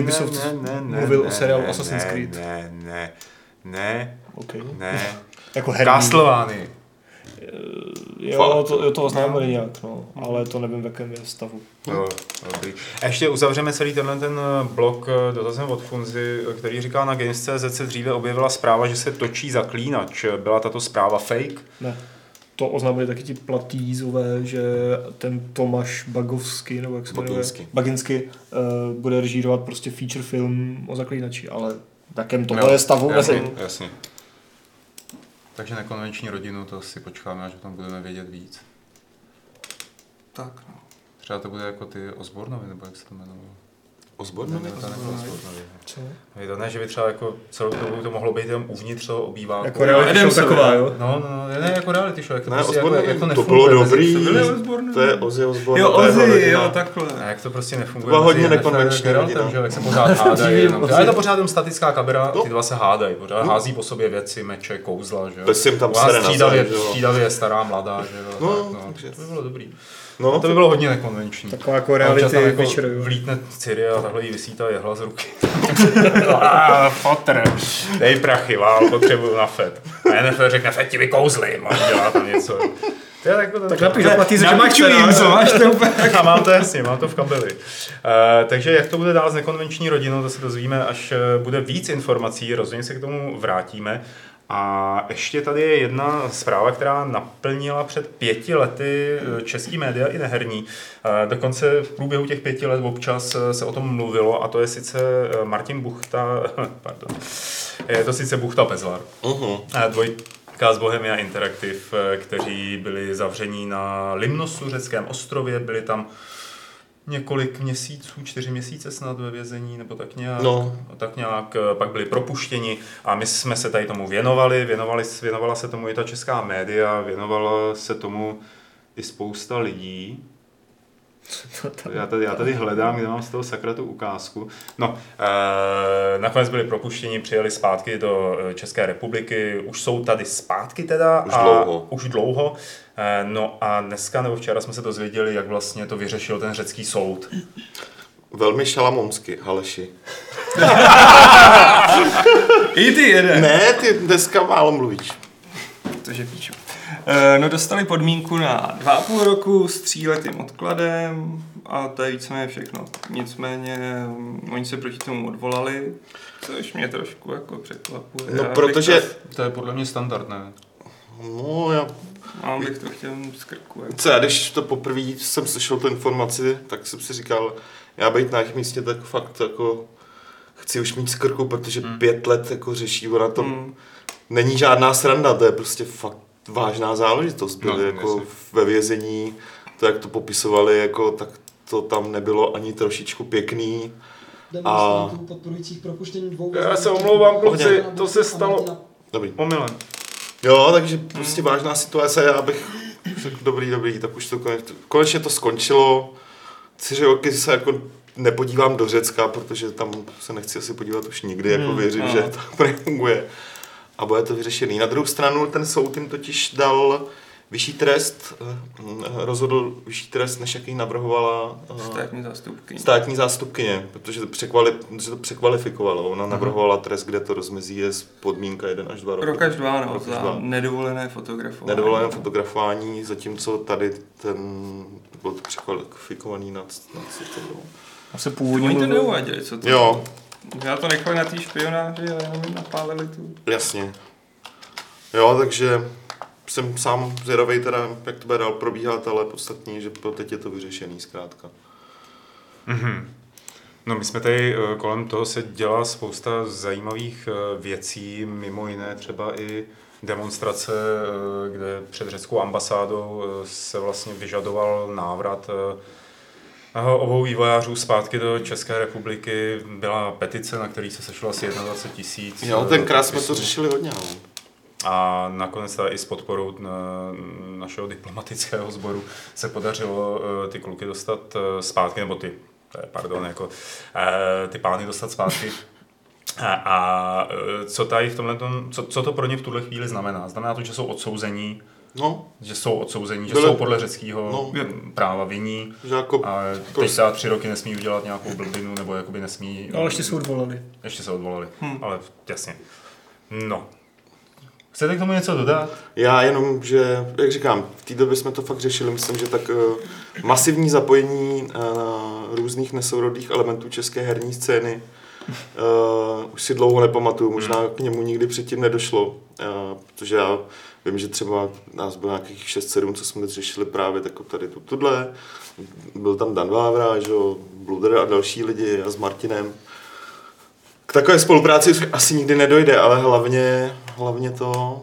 Ubisoft mluvil o seriálu Assassin's
ne,
Creed.
Ne, ne, ne,
Okay.
ne.
Jako herní.
Castlevany.
Jo, to, jo, to oznámili nějak, no. Ale to nevím, v jakém je stavu.
Jo, dobrý. A Ještě uzavřeme celý tenhle ten eh, blok eh, dotazem od Funzy, eh, který říká na Games.cz se dříve objevila zpráva, že se točí zaklínač. Byla tato zpráva fake?
Ne. To oznámili taky ti platízové, že ten Tomáš Bagovský, nebo jak se jmenuje?
Baginsky.
Baginsky uh, bude režírovat prostě feature film o zaklínači, ale v jakém tohle
Jo,
je stavu
jasně,
nevím.
jasně. Takže nekonvenční rodinu, to si počkáme, až o tom budeme vědět víc.
tak, no.
Třeba to bude jako ty Osbornovi, nebo jak se to jmenovalo?
Osborne?
Ne, to nebylo Osbornovi.
Co?
Je to ne, že by třeba jako celou dobu to mohlo být jenom uvnitř toho obýváku.
Jako
Jo,
reality
Adam
show
se
taková,
jmenuje.
jo?
No, no, no, ne, jako reality show, jak to,
Ne,
prostě, jako,
Osborne,
jak to
to
nefunguje.
bylo
mezi
dobrý.
sebou.
Byli Osborne?
To je
no.
Ozzy Osborne.
Jo,
to je jeho
Ozzy,
rodina.
jo,
A
takhle.
jak to prostě nefunguje.
To byla hodně
mezi Yennefer a
nekonvenční
Geraltem,
rodina.
že jo, Jak se pořád hádají.
Dívím,
jenom.
moc
Ale je to
je.
pořád jenom statická kamera,
No.
ty dva se hádají, pořád hází po sobě věci, meče, kouzla, že jo.
Pes jim tam
U nás
sere na
střídavě,
zem, že jo.
střídavě je stará, mladá, že jo.
No,
tak,
takže-
To by bylo dobrý. No,
No,
to by bylo hodně nekonvenční.
Taková jako
A občas
reality
tam jako
večer, jo.
Vlítne Ciri a takhle jí vysítá jehla z ruky. Ah, Fotr, dej prachy, vál, potřebuju na FED. A NFL řekne, FED ti vykouzlím a dělá tam něco. To je jako to-
Tak napiš do platíze, že máš
Čuji,
teda.
co máš to úplně.
a mám to jasně, mám to v kabeli. Uh, takže jak to bude dál s nekonvenční rodinou, to se dozvíme, až eh, bude víc informací, rozhodně se k tomu vrátíme. A ještě tady je jedna zpráva, která naplnila před pěti lety eh, český média i neherní. Eh, Dokonce v průběhu těch pěti let občas eh, se o tom mluvilo a to je sice eh, Martin Buchta, pardon, je to sice Buchta Pezlar,
uh
a dvojka z Bohemia Interactive, eh, kteří byli zavření na Limnosu, řeckém ostrově, byli tam několik měsíců, čtyři měsíce snad ve vězení, nebo tak nějak.
No.
Tak nějak eh, pak byli propuštěni a my jsme se tady tomu věnovali, věnovali, věnovala se tomu i ta česká média, věnovala se tomu i spousta lidí. Já tady, já tady hledám, kde mám z toho sakra tu ukázku. No, e, nakonec byli propuštěni, přijeli zpátky do eh, České republiky, už jsou tady zpátky teda.
Už
a,
dlouho.
Už dlouho. E, no a dneska nebo včera jsme se dozvěděli, jak vlastně to vyřešil ten řecký soud.
Velmi šalamonsky, Haleši.
I ty jeden.
Ne, ty dneska málo mluvíš.
Protože píču. Eh, No dostali podmínku na dva a půl roku s tříletým odkladem a to je víceméně všechno. Nicméně mm, oni se proti tomu odvolali, což mě trošku jako překvapuje. Já
No,
bych
protože...
To,
To je podle mě standard, ne?
No, já
mám bych to chtěl z krku. Jako.
Co já, když to poprvé jsem slyšel tu informaci, tak jsem si říkal, já být na jejich místě, tak fakt jako chci už mít z krku, protože hmm. pět let jako řeší, ona to hmm.
mm,
není žádná sranda, to je prostě fakt vážná záležitost. Byli
No,
no, jako
jasně.
ve vězení, to jak to popisovali, jako, tak to tam nebylo ani trošičku pěkný. A-
demonstrantů podporujících propuštění dvou
Já
vězňů.
se omlouvám, kluci,
Hodně.
to se stalo.
Dobrý.
Omylem.
Jo, takže prostě vážná situace, já bych řekl, dobrý, dobrý, tak už to konečně, konečně to skončilo. Chci, že oky se jako nepodívám do Řecka, protože tam se nechci asi podívat už nikdy, jako věřím,
ano.
že to nefunguje. A bude to vyřešený. Na druhou stranu ten soud jim totiž dal vyšší trest, eh, mm, eh, rozhodl vyšší trest, než jaký navrhovala eh,
Státní zástupkyně.
státní zástupkyně, protože to, překvali, protože to překvalifikovalo. Ona navrhovala trest, kde to rozmezí je z podmínka 1 až 2 roky.
Rok až dva, no,
Rok až
za
dva.
nedovolené fotografování.
Nedovolené fotografování, zatímco tady ten pod překvalifikovaný nad, nad co to bylo.
A se
Oni
původně
to
mluvil,
neuváděli, co to
Jo,
Já to nechali na té špionáži, ale jenom jim napálili tu.
jasně. Jo, takže jsem sám zvědavej teda, jak to bude dál probíhat, ale podstatní, že pro teď je to vyřešený zkrátka.
No my jsme tady eh, kolem toho se dělá spousta zajímavých eh, věcí, mimo jiné třeba i demonstrace, eh, kde před řeckou ambasádou eh, se vlastně vyžadoval návrat eh, eh, obou vývojářů zpátky do České republiky. Byla petice, na který se sešlo asi 21 tisíc.
Jo,
eh,
tenkrát jsme to
podpisů.
řešili hodně, no.
A nakonec teda i s podporou eh, našeho diplomatického sboru se podařilo eh, ty kluky dostat eh, zpátky, nebo ty, eh, pardon, jako eh, ty pány dostat zpátky. A, a eh, co tady v tomhle, tom- co, co to pro ně v tuhle chvíli znamená? Znamená to, že jsou odsouzení,
No,
že jsou odsouzení, že
Byli-
jsou podle řeckého
No.
mm, práva vinní
že jako
a
to-
teď třeba tři roky nesmí udělat nějakou blbinu, nebo jakoby nesmí...
No, ale ještě jsou odvolali.
ještě se odvolali,
Hm.
ale jasně. No. Chcete k tomu něco dodat?
Já jenom, že, jak říkám, v té době jsme to fakt řešili, myslím, že tak eh, masivní zapojení eh, různých nesourodých elementů české herní scény eh, už si dlouho nepamatuju, možná k němu nikdy předtím nedošlo, eh, protože já vím, že třeba nás bylo nějakých 6-7, co jsme řešili právě tak jako tady tu, tuhle, byl tam Dan Vávra, že jo, Bluder a další lidi a s Martinem, k takové spolupráci už asi nikdy nedojde, ale hlavně, hlavně to,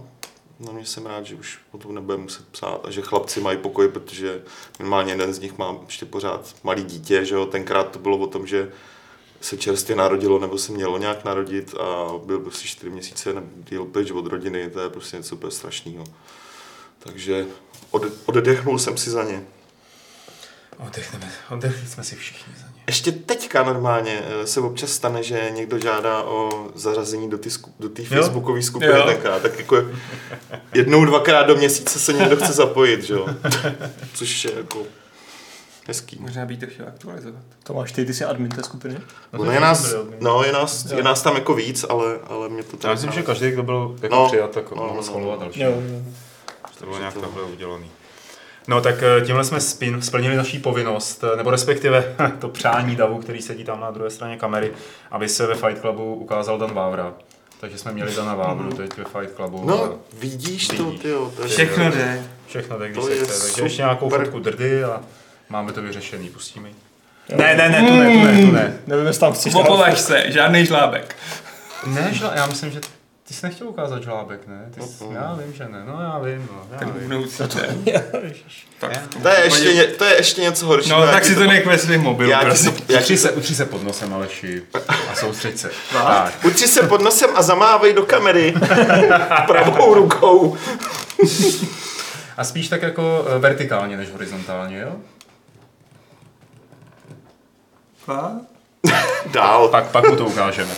na No, mě jsem rád, že už o tom nebude muset psát a že chlapci mají pokoj, protože minimálně jeden z nich má ještě pořád malý dítě, že jo, tenkrát to bylo o tom, že se čerstvě narodilo nebo se mělo nějak narodit a byl prostě čtyři měsíce nebo díl pryč od rodiny, to je prostě něco úplně strašného. Takže ode, oddechnul jsem si za ně.
Oddechneme, oddechli jsme si všichni za ně.
Ještě teďka normálně eh, se občas stane, že někdo žádá o zařazení do té sku- do té facebookové skupiny
Jo.
tenkrát, tak jako jednou, dvakrát do měsíce se někdo chce zapojit, že jo. Což je jako hezký.
Možná by to chtěl aktualizovat.
To máš ty, ty jsi admin té skupiny.
Ono je nás, no, je nás, je nás tam jako víc, ale, ale mě to
Já
tam...
myslím, že každý, kdo byl jako
No.
přijat, tak
No,
mohl
no, no.
schvalovat další.
Jo, jo.
To bylo nějak takhle udělaný. No tak eh, tímhle jsme spin, splnili naší povinnost, eh, nebo respektive to přání davu, který sedí tam na druhé straně kamery, aby se ve Fight Clubu ukázal Dan Vávra. Takže jsme měli Dana Vávru teď ve Fight Clubu.
Mhm. No, vidíš to,
Vidíš.
tyjo, to je...
Všechno jde.
Všechno tak, když
To
se
je
chce. Takže
super.
ještě nějakou fotku drdy a máme to vyřešený. Pustíme ji. Ne, ne, ne, tu ne, tu ne, tu ne.
Nevím, jestli tam chceš dát.
Opovaž se, žádný žlábek.
Ne, žla, já myslím, že ty jsi nechtěl ukázat žlábek, ne? Ty jsi, já vím, že ne. No já vím, no. Já
Tak
vím.
budoucíte. Tak,
To je ještě, ně- to je ještě něco horšího.
No,
já
tak
ti
si to nech ve svým mobilu.
já ti,
prosím.
to- já ti,
Utři se, utři se pod nosem, Aleši. A soustřeď se. Tak.
Utři se pod nosem a zamávej do kamery pravou rukou.
A spíš tak jako eh, vertikálně než horizontálně, jo?
Fakt?
Dál.
Pak, pak mu to ukážeme.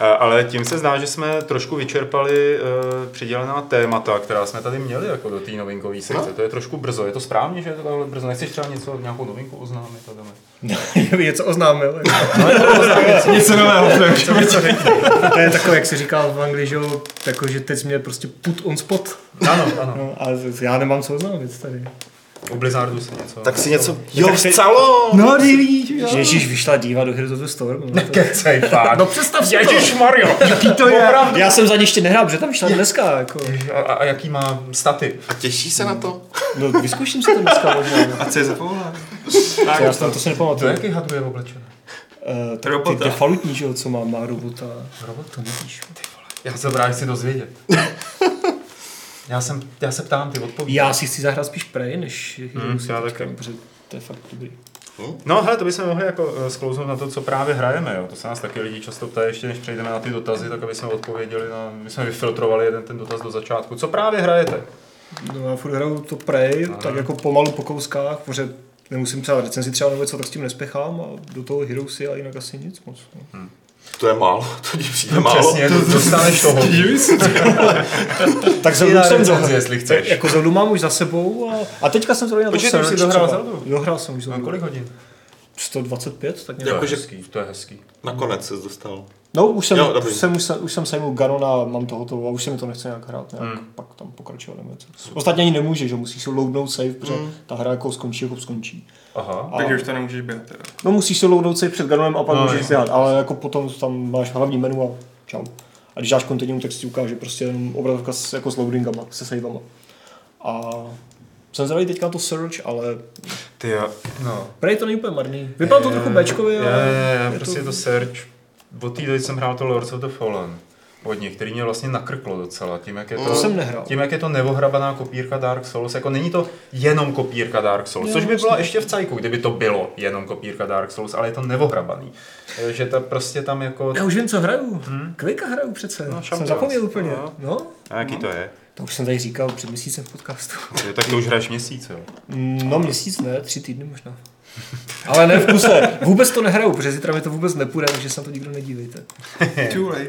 Eh, Ale tím se zdá, že jsme trošku vyčerpali uh, přidělená témata, která jsme tady měli jako do té novinkové sekce. No. To je trošku brzo. Je to správně, že je to takhle brzo? Nechceš třeba něco, nějakou novinku oznámit? Adame?
Něco oznámil.
Něco nového. Frank.
to je takové, jak se říká v Anglii, že jo, jako, že teď jsi mě prostě put on spot.
Ano, ano.
No, ale z- já nemám co oznámit tady.
U Blizzardu se něco.
Tak si něco... Jo,
tak si-
vcalo!
No, ty víš, jo. Ježíš, vyšla díva do Heroes of the Storm. No, to...
Kecej, fakt.
no představ si
Ježíš Mario.
to, to je. Já jsem za ní ještě nehrál, protože tam vyšla dneska. Jako.
A, a, jaký má staty?
A těší se na to?
No, vyzkouším si to dneska možná. No.
A co je za povolání?
Co, já jsem to si
To
nepamatuju.
jaký had je oblečený?
Uh, tak
Robota.
ty defaultní, že jo, co má, má robota.
Robot?
To nevíš.
Já se právě chci dozvědět. já, jsem, já se ptám, ty odpovíš.
Já si chci zahrát spíš Prey, než Heroes.
já
teďka,
taky.
protože to je fakt dobrý.
No hele, to bychom mohli jako eh, sklouznout na to, co právě hrajeme. Jo. To se nás taky lidi často ptají, ještě než přejdeme na ty dotazy, tak aby jsme odpověděli na... My jsme vyfiltrovali jeden ten dotaz do začátku. Co právě hrajete?
No já furt hraju to Prey, Aha. tak jako pomalu po kouskách, protože nemusím psát recenzi třeba nebo co, tak s tím nespěchám a do toho Heroesy a jinak asi nic moc. No.
To je málo, to ti přijde málo.
No, Přesně, to, dostaneš toho.
Tak
Ty
Zeldu
na
jsem
recenzi,
dohrál.
jestli chceš.
Jako Zeldu mám už za sebou a, a teďka jsem zrovna na
Počkej, ty už
Search
jsi dohrál
třeba.
Zeldu?
Dohrál jsem už Zeldu.
Kolik hodin?
125, tak
To
nějak.
je
Jakože-
hezký, to je hezký.
Nakonec se dostal.
No, už jsem,
Jo,
jo,
dobrý.
jsem, už, jsem, už jsem sejmul Ganon a mám to hotovo a už se mi to nechce nějak hrát, nějak hmm. pak tam pokračovat nebo něco. Ostatně ani nemůžeš, že musíš si loadnout save, protože hmm. ta hra jako skončí, jako skončí.
Aha.
Takže už to nemůžeš běhat teda.
No musíš si loadnout save před Ganonem a pak no, můžeš dělat, ale jako potom tam máš hlavní menu a čau. A když dáš continuum, tak si ti ukáže prostě jenom obrazovka s, jako s loadingama, se savema. A jsem zvedavý teďka na to search, ale
Ty jo.
No.
prej to není úplně marný. Vypadá to trochu bečkově,
Je,
ale
je, je,
je
prostě
to-
je to search. Od té doby jsem hrál to Lords of the Fallen od nich, který mě vlastně nakrklo docela. Tím, jak je to,
To jsem nehrál.
Tím, jak je to neohrabaná kopírka Dark Souls, jako není to jenom kopírka Dark Souls, což by byla ještě v cajku, kdyby to bylo jenom kopírka Dark Souls, ale je to neohrabaný. Takže ta prostě tam jako...
Já už vím, co hraju. Hmm? Kvika hraju přece. No, jsem
Champions.
zapomněl úplně.
No.
No. no.
A jaký to je?
To už jsem tady říkal před měsícem v podcastu.
Jo, tak to už hraješ měsíc, jo.
No měsíc ne, tři týdny možná. Ale ne v kuse. Vůbec to nehraju, protože zítra mi to vůbec nepůjde, takže se na to nikdo nedívejte.
Too late.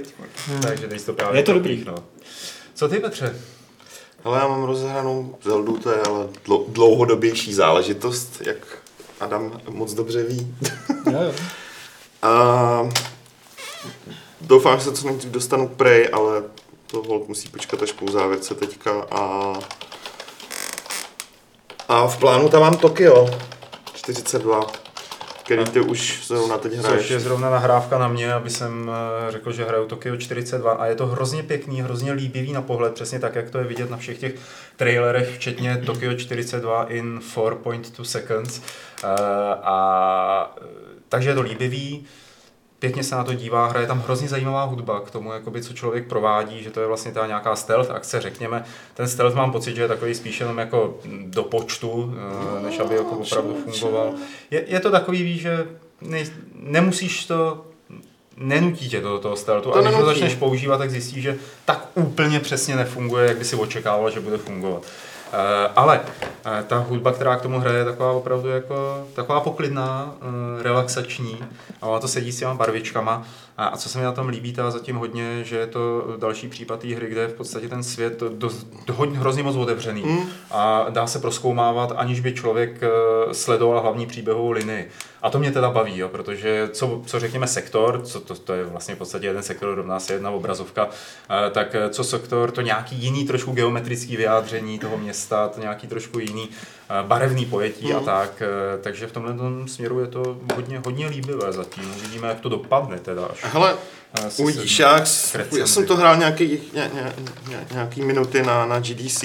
Takže teď to právě
Hmm. Je to dobrý.
propíchnu. Co ty, Petře?
Ale já mám rozehranou Zeldu, to je ale dlou- dlouhodobější záležitost, jak Adam moc dobře ví.
Jo, jo.
A doufám, že se co nejdřív dostanu k Prey, ale to hold musí počkat až po závěrce teďka a... A v plánu tam mám Tokio 42, který ty už zrovna teď
Což
hraješ.
je zrovna nahrávka na mě, aby jsem eh, řekl, že hraju Tokyo 42 a je to hrozně pěkný, hrozně líbivý na pohled, přesně tak, jak to je vidět na všech těch trailerech, včetně Tokyo 42 in 4.2 seconds. Eh, A eh, takže je to líbivý, pěkně se na to dívá, hraje tam hrozně zajímavá hudba k tomu, jakoby, co člověk provádí, že to je vlastně ta nějaká stealth akce, řekněme. Ten stealth mám pocit, že je takový spíš jenom jako mm, do počtu, eh, než aby jako opravdu fungoval. Je, je to takový, víš, že nej, nemusíš to nenutí tě to do toho startu.
To
a když ho
nenutí.
začneš používat, tak zjistíš, že tak úplně přesně nefunguje, jak by si očekával, že bude fungovat. Eh, ale eh, ta hudba, která k tomu hraje, je taková opravdu jako taková poklidná, eh, relaxační a ona to sedí s těma barvičkama. A, a co se mi na tom líbí, ta zatím hodně, že je to další případ té hry, kde je v podstatě ten svět dost, hodně, hrozně moc otevřený a dá se proskoumávat, aniž by člověk eh, sledoval hlavní příběhovou linii. A to mě teda baví, jo, protože co, co řekněme sektor, co to, to je vlastně v podstatě jeden sektor, rovná se jedna obrazovka, eh, tak eh, co sektor, to nějaký jiný trošku geometrický vyjádření toho města, to nějaký trošku jiný eh, barevný pojetí a tak. eh, Takže v tomhle tom směru je to hodně, hodně líbivé zatím. Uvidíme, jak to dopadne teda až.
Hele,
eh, se
Uvidíš,
sednou.
já,
krecem,
já jsem
ty.
to hrál nějaký, ně, ně, ně, nějaký minuty na, na GDC.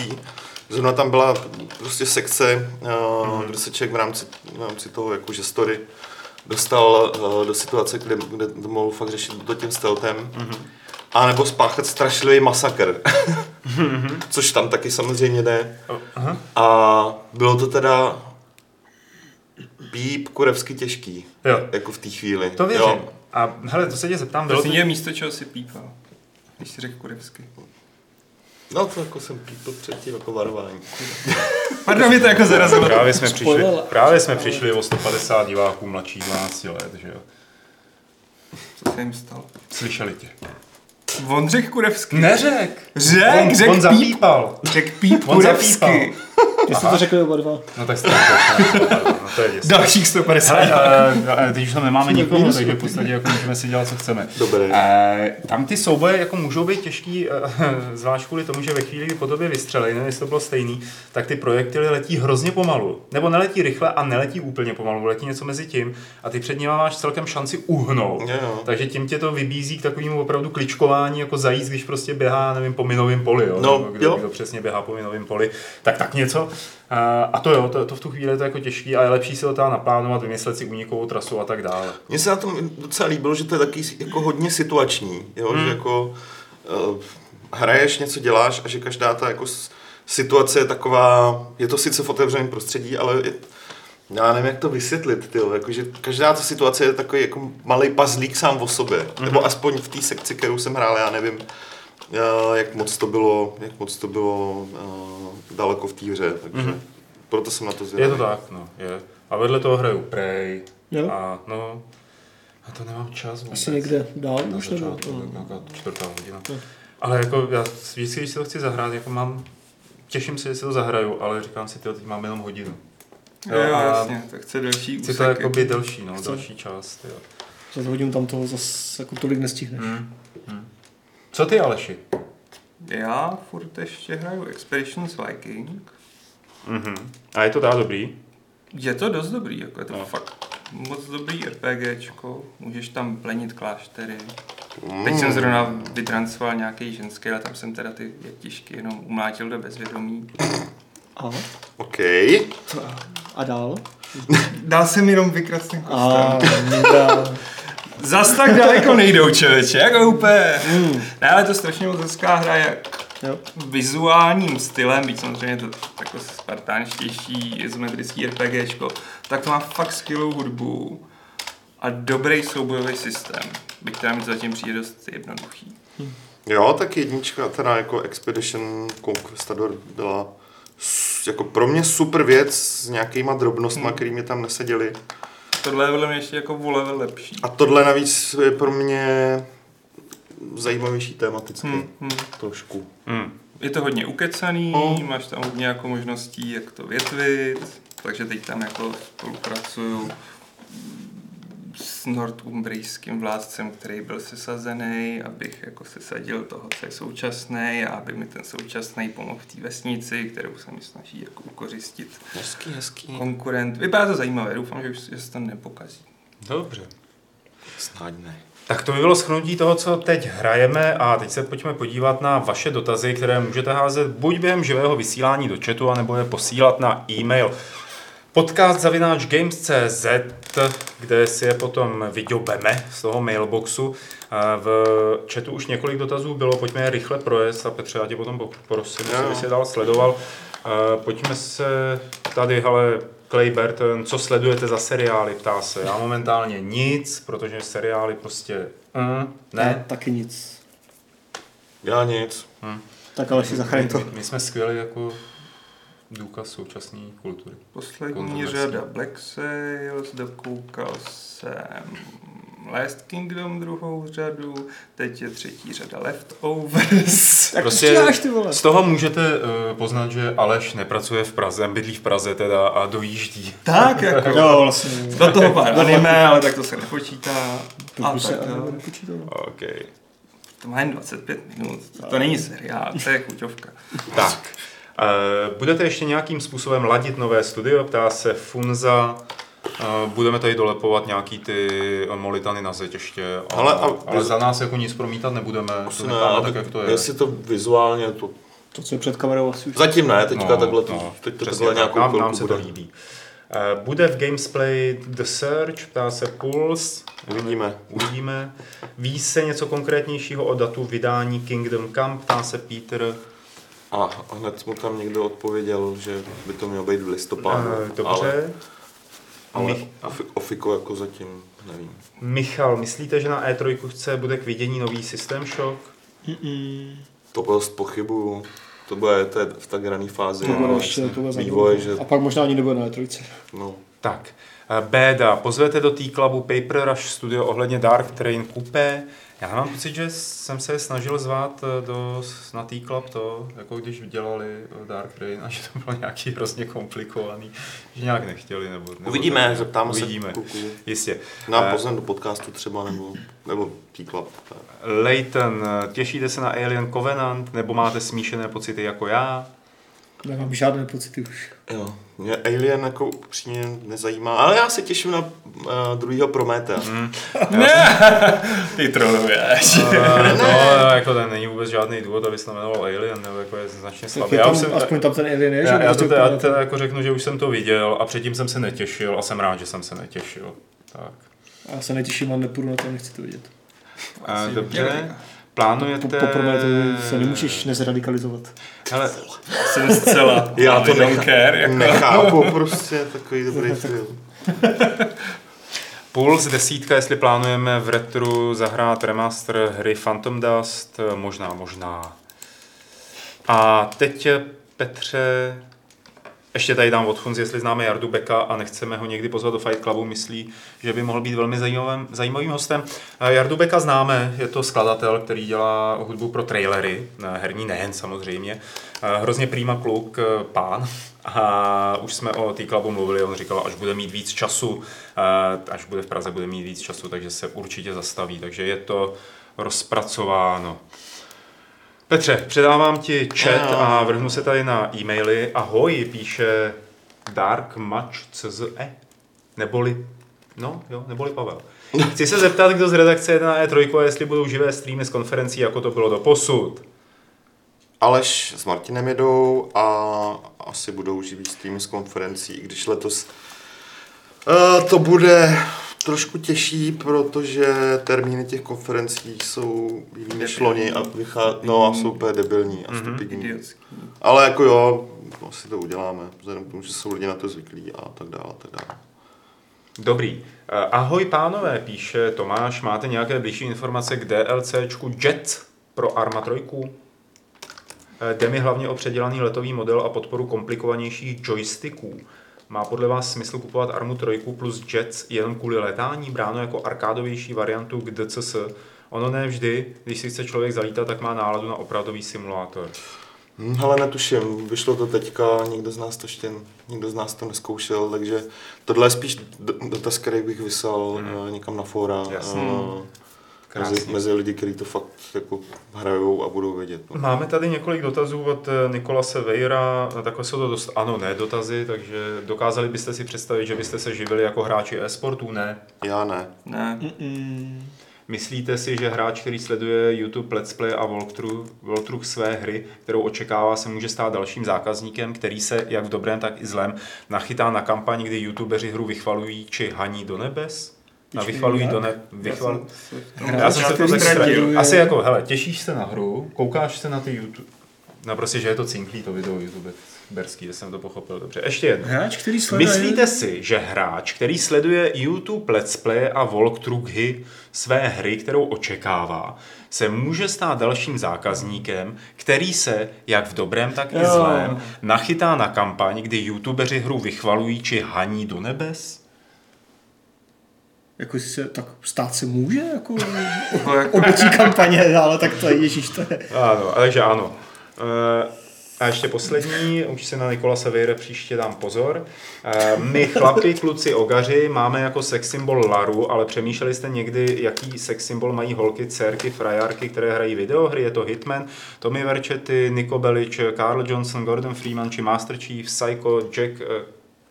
Zrovna tam byla prostě sekce, uh,
Mhm.
kde se člověk v rámci, v rámci toho jakože story dostal uh, do situace, kde, kde to mohl fakt řešit to tím steltem.
Mhm.
A nebo spáchat strašlivý masakr. Což tam taky samozřejmě jde.
Mhm. Aha.
A bylo to teda bíp kurevsky těžký.
Jo,
Jako v té chvíli.
to věřím.
Jo.
A hele, to se tě zeptám, bylo
To
to...
je místo, čeho si pípal. Když si řekl kurevsky.
No to jako jsem pípl předtím jako varování.
Pardon, mě to jako zarazilo.
Právě jsme, přišli,
Spoiler.
právě jsme přišli o 150 diváků mladší 12 let, že jo.
Co se jim stalo?
Slyšeli tě.
On řekl kurevsky.
Neřek!
Řek,
on,
řek
on
píp.
zapípal.
Řekl píp
On
kurevsky.
Jestli jste to řekli oba dva.
No tak jste to no, to je děs.
Dalších 150.
Hele,
eh,
ale, teď už tam nemáme nikoho, takže v podstatě jako můžeme si dělat, co chceme.
Dobré.
Eh, tam ty souboje jako můžou být těžký, eh, zvlášť kvůli tomu, že ve chvíli, kdy po tobě vystřelej, nevím, jestli to bylo stejný, tak ty projektily letí hrozně pomalu. Nebo neletí rychle a neletí úplně pomalu, letí něco mezi tím a ty před nimi máš celkem šanci uhnout.
Jo, jo.
Takže tím tě to vybízí k takovému opravdu kličkování, jako zajíc, když prostě běhá, nevím, po minovém poli, jo?
No,
Nebo kdo,
jo.
kdo přesně běhá po minovém poli, tak tak něco. A, a to jo, to, to, v tu chvíli je to jako těžký, ale je lepší si to teda naplánovat, vymyslet si únikovou trasu a tak dále.
Mně se na tom docela líbilo, že to je taky jako hodně situační, jo?
Hmm.
že jako uh, hraješ, něco děláš a že každá ta jako s- situace je taková, je to sice v otevřeném prostředí, ale je, já nevím, jak to vysvětlit, tyjo. Jako, že každá ta situace je takový jako malý pazlík sám o sobě, mm-hmm.
Mhm.
nebo aspoň v té sekci, kterou jsem hrál, já nevím, eh, jak moc to bylo, jak moc to bylo eh, daleko v té hře, takže
Mhm.
mm-hmm. proto jsem na to
Je
zvědavý.
to tak, no, je. A vedle toho hraju Prey.
Jo.
A no, a to nemám čas vůbec.
Asi někde dál
Na
už nebo?
začátku,
no.
no. tak nějaká čtvrtá hodina. Ale jako já vždycky, když si to chci zahrát, jako mám, těším se, že si to zahraju, ale říkám si, ty teď mám jenom hodinu.
Jo,
a
jasně, tak chce další
Chci to jako
úseky.
jakoby delší, no, další část, jo.
Za hodinu tam toho zase jako tolik nestihneš.
Hmm. Hmm. Co ty, Aleši?
Já furt ještě hraju Expeditions Viking.
Mhm. A je to dá dobrý?
Je to dost dobrý, jako je to no. fakt moc dobrý RPGčko. Můžeš tam plenit kláštery. Mm. Teď jsem zrovna vytransoval nějaký ženský, ale tam jsem teda ty jetišky jenom umlátil do bezvědomí.
A,
OK.
a dál?
Dal jsem jenom vykrat ten
A,
kostel.
dál.
Zas tak daleko nejdou, čověče, jako úplně. Ne, ale to strašně moc hezká hra, jak
Jo.
vizuálním stylem, byť samozřejmě to jako spartánštější izometrický RPGčko, tak to má fakt skvělou hudbu a dobrý soubojový systém, byť teda mi to zatím přijde dost jednoduchý.
Jo, tak jednička, teda jako Expedition Conquistador byla s- jako pro mě super věc s nějakýma drobnostma, hmm. který mě tam neseděly.
Tohle je podle mě ještě jako o level lepší.
A tohle navíc je pro mě zajímavější tematicky.
Hmm,
Hmm.
hmm.
Trošku.
Hmm.
Je to hodně ukecaný,
No.
máš tam hodně jako možností, jak to větvit, takže teď tam jako spolupracuju s northumbrijským vládcem, který byl sesazený, abych jako sesadil toho, co je současný a aby mi ten současný pomohl v té vesnici, kterou se mi snaží jako ukořistit
Hezký, hezký.
konkurent. Vypadá to zajímavé, doufám, že, už, že se to nepokazí.
No Dobře.
Snad ne.
Tak to by bylo schnutí toho, co teď hrajeme a teď se pojďme podívat na vaše dotazy, které můžete házet buď během živého vysílání do chatu, anebo je posílat na e-mail podcast zavináč games.cz, kde si je potom vyďobeme z toho mailboxu. A V chatu už několik dotazů bylo, pojďme je rychle projet a Petře, já tě potom poprosím,
Jo.
jestli bys je dál sledoval. E, Pojďme se tady, hele, Clay Burton, co sledujete za seriály, ptá se. Já momentálně nic, protože seriály prostě mm, ne.
Taky nic.
Já nic.
Tak ale si zachraň to.
My, my jsme skvělí jako důkaz současné kultury.
Poslední
Kontroverzní.
řada Black Sails, dokoukal jsem Last Kingdom druhou řadu, teď je třetí řada Leftovers.
Tak
Prostě-
prostě... děláš ty vole.
Z toho můžete uh, poznat, že Aleš nepracuje v Praze, bydlí v Praze teda a dojíždí.
Tak jako.
Jo, vlastně.
Do toho pár anime, ale tak to se nepočítá.
To
A
už se
tak,
ale
jo.
nepočítalo.
OK.
to má jen 25 minut, to, to není seriál, to je chuťovka.
Tak. E, Budete ještě nějakým způsobem ladit nové studio, ptá se Funza. E, Budeme tady dolepovat nějaký ty e, molitany na zeď ještě.
Hele, a-
Ale za nás jako nic promítat nebudeme, to
Ne,
necháme tak,
tak
jak to je.
Jestli to vizuálně, to...
To, co je před kamerou, asi už.
Zatím ne, teďka no, takhle, to, teď to
přesně
takhle
tak.
nějakou
nám,
chvilku
nám se to líbí. Eh, Bude v Gamesplay The Search, ptá se Pulse,
Uvidíme.
uvidíme. Ví se něco konkrétnějšího o datu vydání Kingdom Come, ptá se Peter.
A hned mu tam někdo odpověděl, že by to mělo být v listopádu.
Eh,
Ale,
Dobře.
ale
Mich-
ofi- ofiko jako zatím nevím.
Michal, myslíte, že na E3 chce bude k vidění nový systém šok?
Mm,
To dost pochybuju. To bude to je v tak rané fázi.
To bude
no,
ještě, to bude za
vývoj,
dlouho.
že-
A pak možná ani nebude na E E3.
no.
Tak, eh, Béda, pozvete do tý klubu Paper Rush Studio ohledně Dark Train Coupé. Já mám pocit, že jsem se snažil zvát eh, do, na tý klub to, jako když dělali eh, Dark Train a že to bylo nějaký hrozně komplikovaný, že nějak nechtěli. Nebo, nebo
Uvidíme,
tak,
zeptáme
uvidíme.
se kluků.
Jistě.
Nám
Eh,
pozvem do podcastu třeba, nebo, nebo T-Club. tak.
Leighton, eh, těšíte se na Alien Covenant nebo máte smíšené pocity jako já?
Nemám žádné pocity už.
Jo. Mě Alien jako upřímně nezajímá, ale já se těším na uh, druhýho Prometea. Mm.
Ty troluješ.
Eh, No, jako ten není vůbec žádný důvod, aby se jmenoval Alien, nebo jako je značně
Tak
slabý.
je
Já
tam,
už jsem,
aspoň tam ten alien je, že?
já, já to
Prostě
teda,
úplně-
teda jako řeknu, že už jsem to viděl a předtím jsem se netěšil a jsem rád, že jsem se netěšil. Tak.
Já se netěším a nepůjdu na to, nechci to vidět.
A, Eh, dobře.
dobře.
Po,
Plánujete...
po Prometeu se nemůžeš nezradikalizovat.
Hele,
Jsem zcela.
Já to
I don't
nechám.
care, jako.
Nechápu, prostě takový dobrý film.
Puls desítka, jestli plánujeme v retru zahrát remaster hry Phantom Dust, Eh, možná, možná. A teď eh, Petře, Ještě tady dám od Honzi, jestli známe Jardu Beka a nechceme ho někdy pozvat do Fight Clubu, myslí, že by mohl být velmi zajímavým, zajímavým hostem. Eh, Jardu Beka známe, je to skladatel, který dělá hudbu pro trailery, eh, herní nejen samozřejmě. Eh, Hrozně prýma kluk, eh, pán. A už jsme o té klubu mluvili, on říkal, až bude mít víc času, eh, až bude v Praze, bude mít víc času, takže se určitě zastaví. Takže je to rozpracováno. Petře, předávám ti chat a vrhnu se tady na e-maily. Ahoj, píše darkmatch.cze neboli, no jo, neboli Pavel. Chci se zeptat, kdo z redakce E je na E3 a jestli budou živé streamy z konferencí, jako to bylo do posud.
Aleš s Martinem jedou a asi budou živý streamy z konferencí, i když letos eh, to bude trošku těžší, protože termíny těch konferencí jsou jiný než loni a, vychá... no, a jsou úplně debilní a stupidní.
Idiotský.
Ale jako jo, asi to uděláme, vzhledem k tomu, že jsou lidi na to zvyklí a tak dále, a tak dále.
Dobrý. Eh, Ahoj pánové, píše Tomáš, máte nějaké blížší informace k DLCčku Jet pro Arma 3? Eh, Jde mi hlavně o předělaný letový model a podporu komplikovanějších joysticků. Má podle vás smysl kupovat Armu 3 plus Jets jen kvůli letání, bráno jako arkádovější variantu k DCS? Ono ne vždy, když si chce člověk zalítat, tak má náladu na opravdový simulátor.
Hm, Ale netuším, vyšlo to teďka, nikdo z nás to ještě, nikdo z nás to neskoušel, takže tohle je spíš d- dotaz, který bych vysal mm. někam na fóra.
Jasně.
eh, Mezi,
Krásně.
mezi lidi, kteří to fakt jako hrajou a budou vědět. No.
Máme tady několik dotazů od eh, Nikolase Vejra, takhle jsou to dost ano, ne dotazy, takže dokázali byste si představit, že byste se živili jako hráči e-sportů? Ne.
Já ne.
Ne.
Myslíte si, že hráč, který sleduje YouTube Let's Play a walkthrough, walkthrough své hry, kterou očekává, se může stát dalším zákazníkem, který se, jak v dobrém, tak i zlem, nachytá na kampaň, kdy YouTubeři hru vychvalují či haní do nebes? Na vychvalují do nebe. Vychval...
Já jsem se
Já jsem se
v tom
to
začátku
tak ztratil.
ztratil.
Asi jako, hele, těšíš se na hru, koukáš se na ty YouTube... No prostě, že je to cinklý to video YouTube berský, jsem to pochopil dobře. Ještě jedno.
Hráč, který sleduje...
Myslíte si, že hráč, který sleduje YouTube Let's Play a walkthroughy své hry, kterou očekává, se může stát dalším zákazníkem, který se, jak v dobrém, tak i
Jo.
zlém, nachytá na kampaň, kdy youtubeři hru vychvalují či haní do nebes?
Jako se, tak stát se může, jako
Jako, jako,
obětí kampaně, ale tak to je, ježíš, to je.
Ano, takže ano. Eh, A ještě poslední, už si na Nikola Severa příště dám pozor. Eh, My chlapi, kluci, ogaři máme jako sex symbol Laru, ale přemýšleli jste někdy, jaký sex symbol mají holky, dcerky, frajarky, které hrají videohry? Je to Hitman, Tommy Verchetti, Niko Belič, Carl Johnson, Gordon Freeman či Master Chief, Psycho, Jack eh,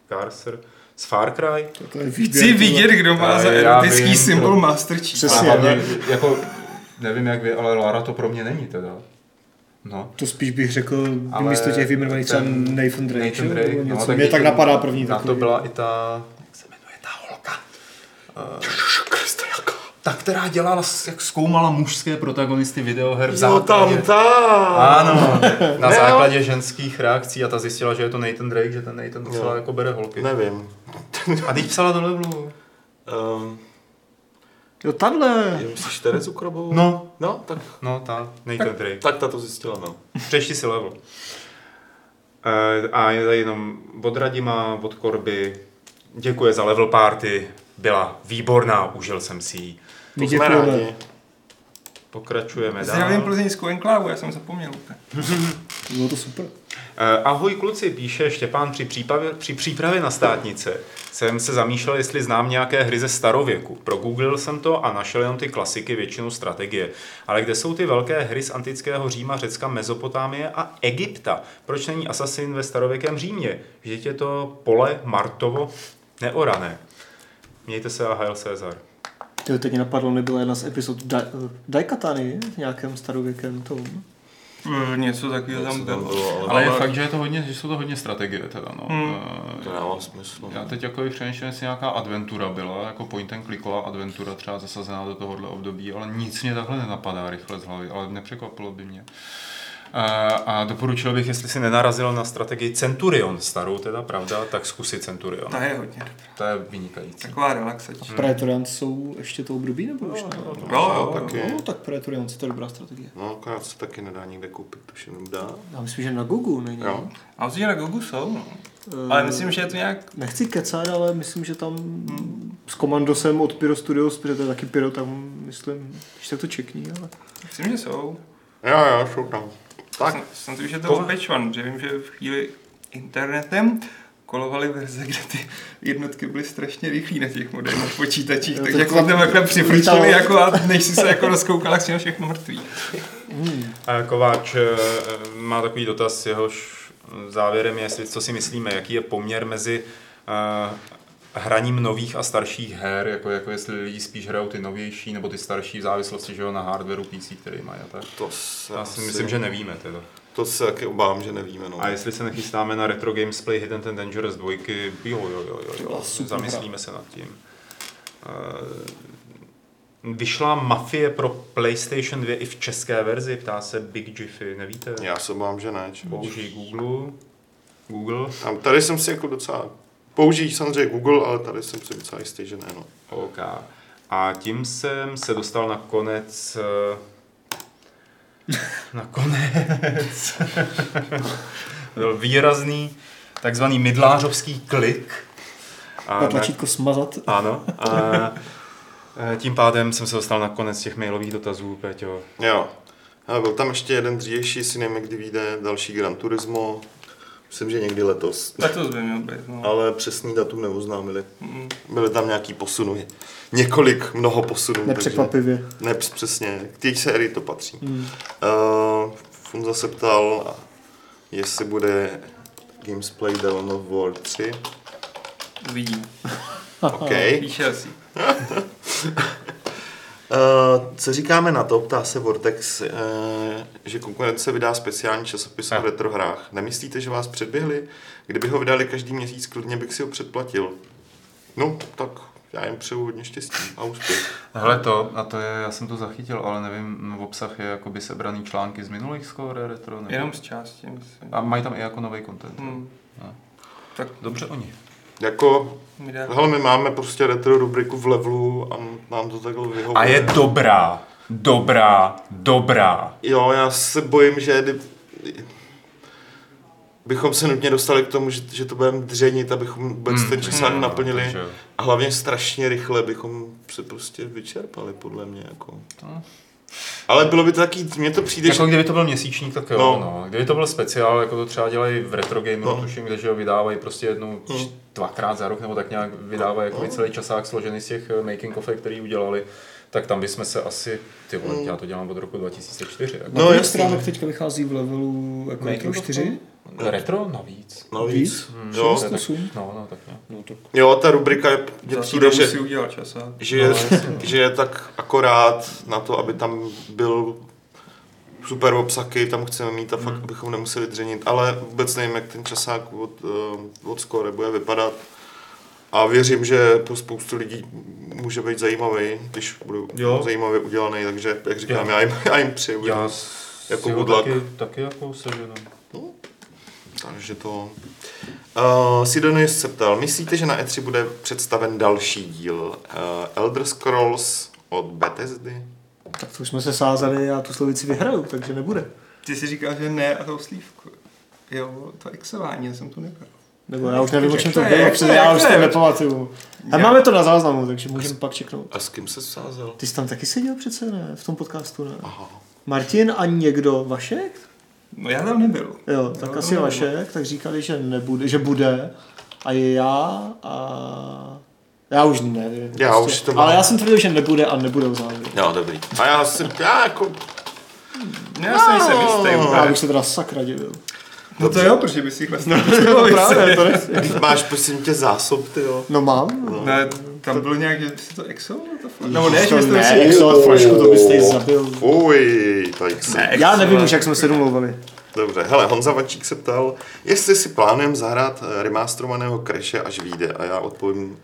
Carcer z Far Cry?
To je
Chci vidět, kdo má za
Ale já vím,
erotický symbol Master Chief.
A
Přesně,
hlavně,
ne?
jako, nevím jak vy, ale Lara to pro mě není teda. No.
to spíš bych řekl,
Ale
ale místo těch vyjmenovaných třeba
ten
Nathan Drake.
Nathan
jo,
Drake,
nebo
no,
něco.
tak
Mě tak
Nathan-
napadá první
Na
takový.
to byla i ta, jak se jmenuje ta holka? Uh, ta, která dělala, s- jak zkoumala mužské protagonisty videoher v základě.
ta!
Ano, na základě ženských reakcí a ta zjistila, že je to Nathan Drake, že ten Nathan docela
Jo.
jako bere holky.
Nevím.
A teď psala do levelu.
Um,
Jo, tadle.
je myslíš Terezu Krabovou?
No.
No, tak,
No, ta Nathan Drake.
tak ta to zjistila, no.
Přešti si level. Eh, A je tady jenom od Radima, od Korby. Děkuje za level party. Byla výborná, užil jsem si ji.
My
Jsme
děkujeme.
rádi.
Pokračujeme
Zdravím
dál.
plzeňskou enklávu, já jsem zapomněl. úplně.
Bylo to super.
Eh, Ahoj kluci, píše Štěpán, při přípravě, při přípravě na státnice jsem se zamýšlel, jestli znám nějaké hry ze starověku. Progooglil jsem to a našel jenom ty klasiky, většinou strategie. Ale kde jsou ty velké hry z antického Říma, Řecka, Mezopotámie a Egypta? Proč není Assassin ve starověkém Římě? Vždyť je to pole Martovo neorané. Mějte se a hajl Cezar.
Tyjo, teď mě napadlo, nebyla jedna z epizod Dai- Daikatany v nějakém starověkém tom.
Hmm.
Pff, Hm, Něco takového tam bylo.
bylo,
Ale
ale
je fakt, že, je to hodně, že jsou to hodně strategie teda, no.
Hmm.
Eh,
to dává smysl.
Já teď jako bych přemýšlel, jestli nějaká adventura byla, jako point and clicková adventura třeba zasazená do tohohle období, ale nic mě Eh, takhle nenapadá rychle z hlavy, ale nepřekvapilo by mě.
a doporučil bych, jestli si nenarazil na strategii Centurion, starou teda, pravda, tak zkusi Centurion.
Ta je hodně dobrá.
To je vynikající.
Taková relaxační.
Praetorians jsou ještě to období, nebo
No,
už ne?
Jo, jo, jo.
taky.
No, tak Praetorians, to je dobrá strategie.
No, akorát se taky nedá nikde koupit, to jenom dá.
Já myslím, že na Gogu není.
Jo.
A myslím, že na Gogu jsou, no.
Eh,
Ale myslím, že je to nějak...
Nechci kecat, ale myslím, že tam s komandosem od Pyro Studios, protože to je taky Pyro, tam myslím, když tak to čekní, ale...
Myslím, že jsou.
Jo, jo, jsou tam. Tak,
Snad- Snad už je to opečvan, že vím, že v chvíli internetem kolovaly verze, kde ty jednotky byly strašně rychlí na těch moderních počítačích,
Jo,
takže
teď
jako tam
to-
takhle
lítalo.
přifrčili, jako a než si se jako rozkoukal, jak jsou všechno mrtví.
A Kováč eh, má takový dotaz, jehož závěrem je, jestli- co si myslíme, jaký je poměr mezi eh, hraním nových a starších her, jako, jako jestli lidi spíš hrajou ty novější nebo ty starší v závislosti že jo, na hardwareu PC, který mají a tak.
to se
Já si myslím, že nevíme teda.
To se taky obávám, že nevíme, no.
A jestli se nechystáme na Retro Games Play Hidden and Dangerous 2, jo, jo, jo, jo, jo.
super
zamyslíme se nad tím. Eh, Vyšla Mafie pro PlayStation 2 i v české verzi, ptá se Big Jiffy, nevíte?
Já se obávám, že ne. či-
Použij Google. Google.
Tam, tady jsem si jako docela... Použijí samozřejmě Google, ale tady jsem si docela jistý, že ne, no.
OK. A tím jsem se dostal na konec... eh, Na konec. Byl výrazný takzvaný mydlářovský klik. A
Na
na-
tlačítko smazat.
Ano. A eh, tím pádem jsem se dostal na konec těch mailových dotazů, Péťo.
Jo. Ale byl tam ještě jeden dřívější, jestli nevím, kdy vyjde další Gran Turismo. Myslím, že někdy letos.
Letos by měl být, no.
Ale přesný datum neoznámili.
Mm.
Byly tam nějaký posuny. Několik, mnoho posunů.
Nepřekvapivě.
Takže, ne, přesně. K té sérii to patří. Hmm. Uh, Funza se ptal, jestli bude Gamesplay Dawn of War 3.
Uvidím.
OK. Eh,
Píše asi.
Uh, co říkáme na to, ptá se Vortex, uh, že konkurence vydá speciální časopis
Eh.
o retrohrách. Nemyslíte, že vás předběhli? Kdyby ho vydali každý měsíc, klidně bych si ho předplatil. No, tak já jim přeju hodně štěstí a úspěch.
Hele to, a to je, já jsem to zachytil, ale nevím, v obsah je jakoby sebraný články z minulých Score Retro, nebo...
Jenom z části, myslím.
A mají tam i jako nový content.
Mm.
No.
Tak
Dobře oni.
Jako,
mi dá...
hele, my máme prostě retro rubriku v levelu a m- nám to takhle vyhovuje.
A je dobrá. Dobrá. Dobrá.
Jo, já se bojím, že kdy- bychom se nutně dostali k tomu, že, že to budeme dřenit, abychom vůbec
Hmm,
ten časák naplnili.
takže-
A hlavně strašně rychle bychom se prostě vyčerpali, podle mě. Jako. Ale bylo by to taky, mně to přijde,
Jako
jako...
kdyby to byl měsíčník, tak jo.
No.
No. No. Kdyby to byl speciál, jako to třeba dělají v retro gameu,
No. Mm.
no. tuším, kde že ho vydávají prostě jednou, no. dvakrát za rok, nebo tak nějak vydávají jako no. celý časák složený z těch eh, making of, který udělali. Tak tam bychom se asi, ty vole,
Mm.
já to dělám od roku 2004. Jako.
No,
No,
jasně.
jak stránek teďka vychází v levelu jako
Making
retro
of
4?
No. Retro navíc.
že... Navíc.
Hmm.
No Jo,
To je tak-
8?
No, no, tak nějak.
No tak.
jo, ta rubrika je, mně
Za tu
přijde,
dobu
že,
si udělal čas a...
že,
No,
je, že je tak akorát na to, aby tam byl super obsahy, tam chceme mít a fakt
Hmm.
bychom nemuseli dřenit, ale vůbec nevím, jak ten časák od, eh, od Score bude vypadat. A věřím, že pro spoustu lidí může být zajímavý, když bude
Jo.
zajímavě udělaný, takže jak říkám,
Jo.
já jim, já jim přeju.
Já s-
Jako
si ho
good luck.
Taky, taky jako seženu.
Takže to... Uh, Sidonis se ptal, myslíte, že na E3 bude představen další díl uh, Elder Scrolls od Bethesdy?
Tak to už jsme se sázeli a tu slovici vyhraju, takže nebude.
Ty jsi říkal, že ne a tou slívku. Jo, to exování, já jsem to nebral.
Nebo já už nevím, o čem to
Jak to je,
bylo,
jak to
protože
je,
já
jak
už
to
to
je?
nepamatuju. A máme to na záznamu, takže můžeme pak čeknout.
A s kým se sázel?
Ty jsi tam taky seděl přece, ne? V tom podcastu, ne?
Aha.
Martin a někdo, Vašek?
No já tam nebyl.
Jo, tak
to
asi
nebylo.
Vašek, tak říkali, že nebude, že bude. A já a... Já už nevím. prostě.
Já už to mám.
Ale já jsem tvrdil, že nebude a nebude v závěru.
Jo, dobrý. A já si, já jako...
No, já jsem se jistý.
Já
úplně.
bych se teda sakra divil.
No to jo, protože by si
vlastně
chlestal.
Právě, to nechci.
Máš prosím tě zásob, ty jo.
No mám.
Ne, tam bylo nějak, že si to exoval? To fakt? Nebo ne, že
to
jste
ne,
si...
exovat flašku, to byste ji zabil.
Uj, tak se.
Ne,
Já nevím
exoval.
už, jak jsme se domlouvali.
Dobře, hele, Honza Vačík se ptal, jestli si plánem zahrát eh, remasterovaného Crashe, až vyjde. A já odpovím,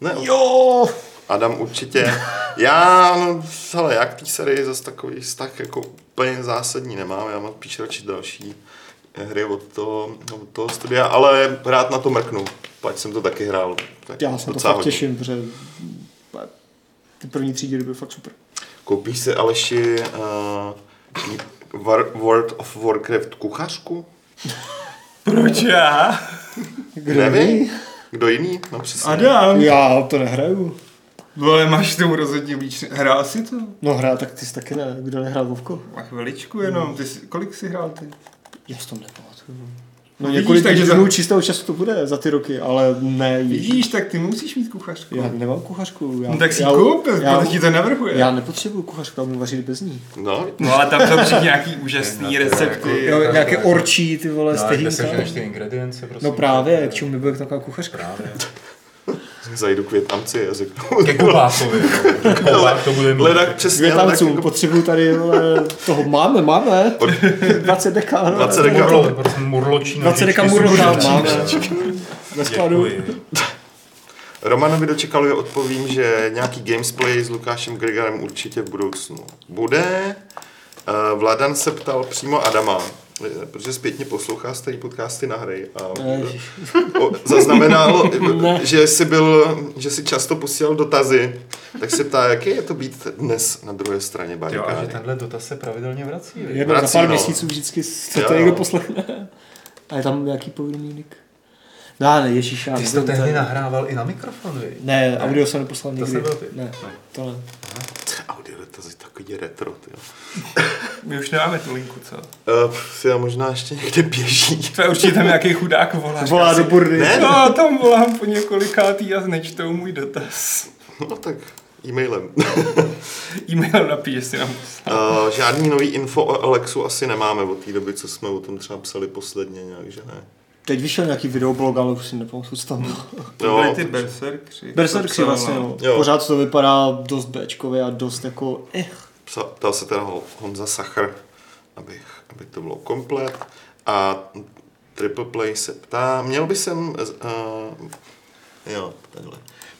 ne,
Jo!
Adam určitě. Já, no, hele, jak té sérii zase takový vztah jako úplně zásadní nemám, já mám spíš radši další eh, hry od toho, od toho studia, ale rád na to mrknu, pak jsem to taky hrál. Tak
Já se to
docela
fakt
hodně.
těším, protože ty první třídy byly fakt super.
Koupíš si Aleši uh, War, World of Warcraft kuchařku?
Proč já?
Kdo ví?
Nevím. Kdo jiný? No přesně.
Adam.
Já to nehraju.
Vole, máš tomu rozhodně víc. Hrál jsi to?
No hra, tak ty jsi taky ne, kdo nehrál Vovko?
A chviličku jenom. Ty jsi, kolik jsi hrál ty?
Já si to nepamatuju.
No
No
vidíš,
několik
takže
takže
za-
za... čistého času to bude za ty roky, ale ne.
Vidíš, tak ty musíš mít kuchařku.
Já nemám kuchařku. Já,
No tak si
já,
ji koup,
já,
protože ti to navrhuje.
já nepotřebuju kuchařku, já můžu vařit bez ní.
No,
No ale tam jsou přijde nějaký úžasný recepty.
Jo, nějaké orčí, ty vole,
No, ale kde se
stehínka.
ženeš ty ingredience,
prostě.
prosím.
No právě, k čemu by byla taková kuchařka?
Právě.
zajdu k Větnamci a řeknu.
Ke Kubákovi. jo. Kubák to bude mít.
Ledak přesně. ledak
Větnamcům,
jako
potřebuju tady, vole, toho máme, máme. 20 deka, no.
20 deka.
Murlo, prostě murločí
20 deka
nožičky,
murlo
sušené
máme.
nožičky.
Ve skladu.
Děkuji.
Romanovi dočekalovi odpovím, že nějaký gamesplay s Lukášem Gregarem určitě v budoucnu bude. Eh, Vladan se ptal přímo Adama, eh, protože zpětně poslouchá starý podcasty na hry a o, zaznamenal, eh, že si byl, že si často posílal dotazy, tak se ptá, jaký je to být dnes na druhé straně
Jo, a že
barikády.
tenhle dotaz se pravidelně vrací. jo.
Jednou za
Vrací,
pár
no.
měsíců vždycky se
Jo,
to
no.
někdo poslechne. A je tam nějaký povinný nick. No ale ježiš, já
Ty jsi to
nevím,
tehdy
to-
nahrával i na mikrofon, vy.
Ne, audio jsem neposlal
To
nikdy.
jsi nebyl ty? No.
Ne, to ne.
Audio dotazy, takový retro, tyjo.
My už nemáme tu linku, co?
Eh, pff, já možná ještě někde běží.
To je určitě tam nějaký chudák volá.
Volá do burdy.
Ne, no,
No, tam volám po několikátý a nečtou můj dotaz.
no tak e-mailem.
E-mail napíš, jestli nám poslal.
Uh, žádný nový info o Alexu asi nemáme od té doby, co jsme o tom třeba psali posledně nějak, že ne.
Teď vyšel nějaký videoblog, ale už si nepamatuju, co tam
Hm.
bylo.
To byly ty
takže-
berserkři.
Berserk si
To
vlastně,
psala.
no.
Jo.
Pořád to vypadá dost Bčkově a dost jako... Eh.
Psa- Ptal se teda Ho- Honza Sachr, abych, aby to bylo komplet. A Triple Play se ptá, měl by jsem... Uh, jo, tenhle.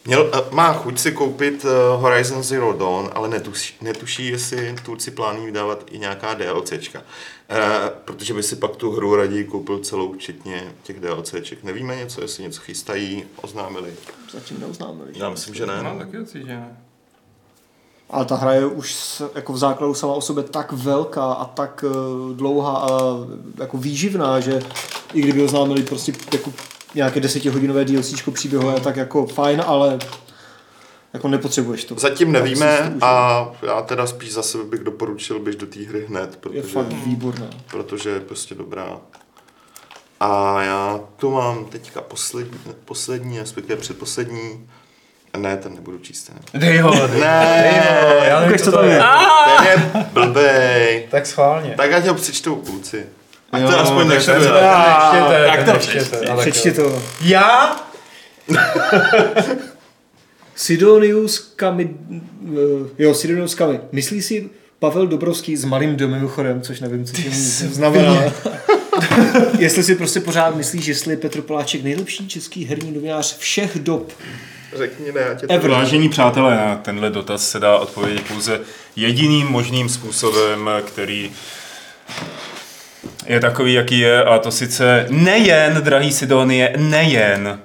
Měl, uh, má chuť si koupit uh, Horizon Zero Dawn, ale netuší, netuší, jestli Turci plánují vydávat i nějaká DLCčka. Uh, protože by si pak tu hru raději koupil celou, včetně těch DLCček. Nevíme něco, jestli něco chystají, oznámili.
Zatím neuznámili.
Já myslím, že ne.
Mám No, taky pocit, že ne.
Ale ta hra je už s- jako v základu sama o sobě tak velká a tak eh, dlouhá a jako výživná, že i kdyby oznámili prostě jako nějaké desetihodinové DLCčko příběhové, tak jako fajn, ale jako nepotřebuješ to.
Zatím
Já myslím, že
nevíme
to už
a já teda spíš za sebe bych doporučil, běž do té hry hned,
Je
protože,
fakt výborná.
protože je prostě dobrá. A já tu mám teďka poslední, poslední respektive předposlední. Ne, ten nebudu číst. Ne,
Dej ho, dej.
ne
Já nevím, co to je.
ten je blbej.
Tak schválně.
Tak ať ho přečtou kluci. A
Jo,
to aspoň
tak ten-
nečteme.
ten nečtěte,
Tak
ten
to
nečtěte, ale
Přečti
jo.
to.
Já?
Sidonius Kami... eh, Jo, Sidonius Kami. Myslí si Pavel Dobrovský s malým D mimochodem, což nevím, co tím znamená. jestli si prostě pořád myslíš, jestli je Petr Poláček nejlepší český herní novinář všech dob.
Řekni ne, já tě to...
Ever.
Vážení přátelé, na tenhle dotaz se dá odpovědět pouze jediným možným způsobem, který je takový, jaký je, a to sice nejen, drahý Sidonie, nejen.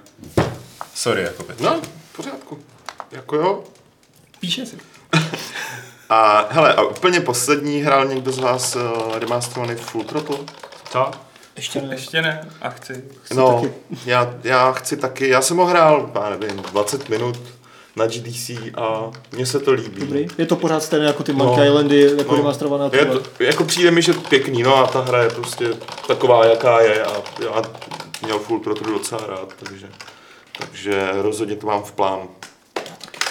Sorry, jako Jakoby.
No, v pořádku. Jako jo,
Píše si.
A hele, a úplně poslední hrál někdo z vás uh, remasterovaný Full Throttle?
Ta?
Ještě ne.
Ještě ne. A chci.
no, já, já chci taky, já jsem ho hrál, já nevím, 20 minut na GDC a mně se to líbí.
Dobrý. Je to pořád stejné jako ty
No.
Monkey Islandy, jako
No,
remasterovaná
je
tohle.
to, jako přijde mi, že pěkný, no a ta hra je prostě taková, jaká je a já měl Full Throttle docela rád, takže, takže rozhodně to mám v plánu.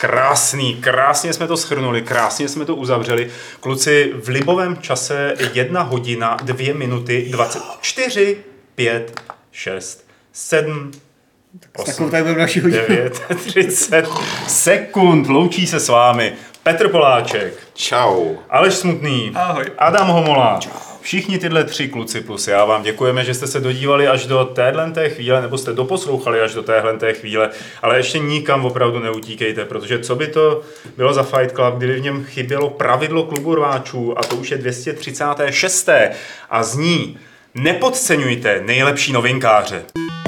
Krásný, krásně jsme to schrnuli, krásně jsme to uzavřeli. Kluci, v libovém čase jedna hodina, dvě minuty, 24, 5, 6, 7,
Takovou tady No, budeme naši hodinu.
9, 30 sekund. Loučí se s vámi Petr Poláček,
Čau.
Aleš Smutný,
Ahoj.
Adam Homola, Všichni tyhle tři kluci plus já vám děkujeme, že jste se dodívali až do téhle té chvíle, nebo jste doposlouchali až do téhle té chvíle, ale ještě nikam opravdu neutíkejte, protože co by to bylo za Fight Club, kdyby v něm chybělo pravidlo klubu rváčů a to už je 236. a zní Nepodceňujte nejlepší novinkáře.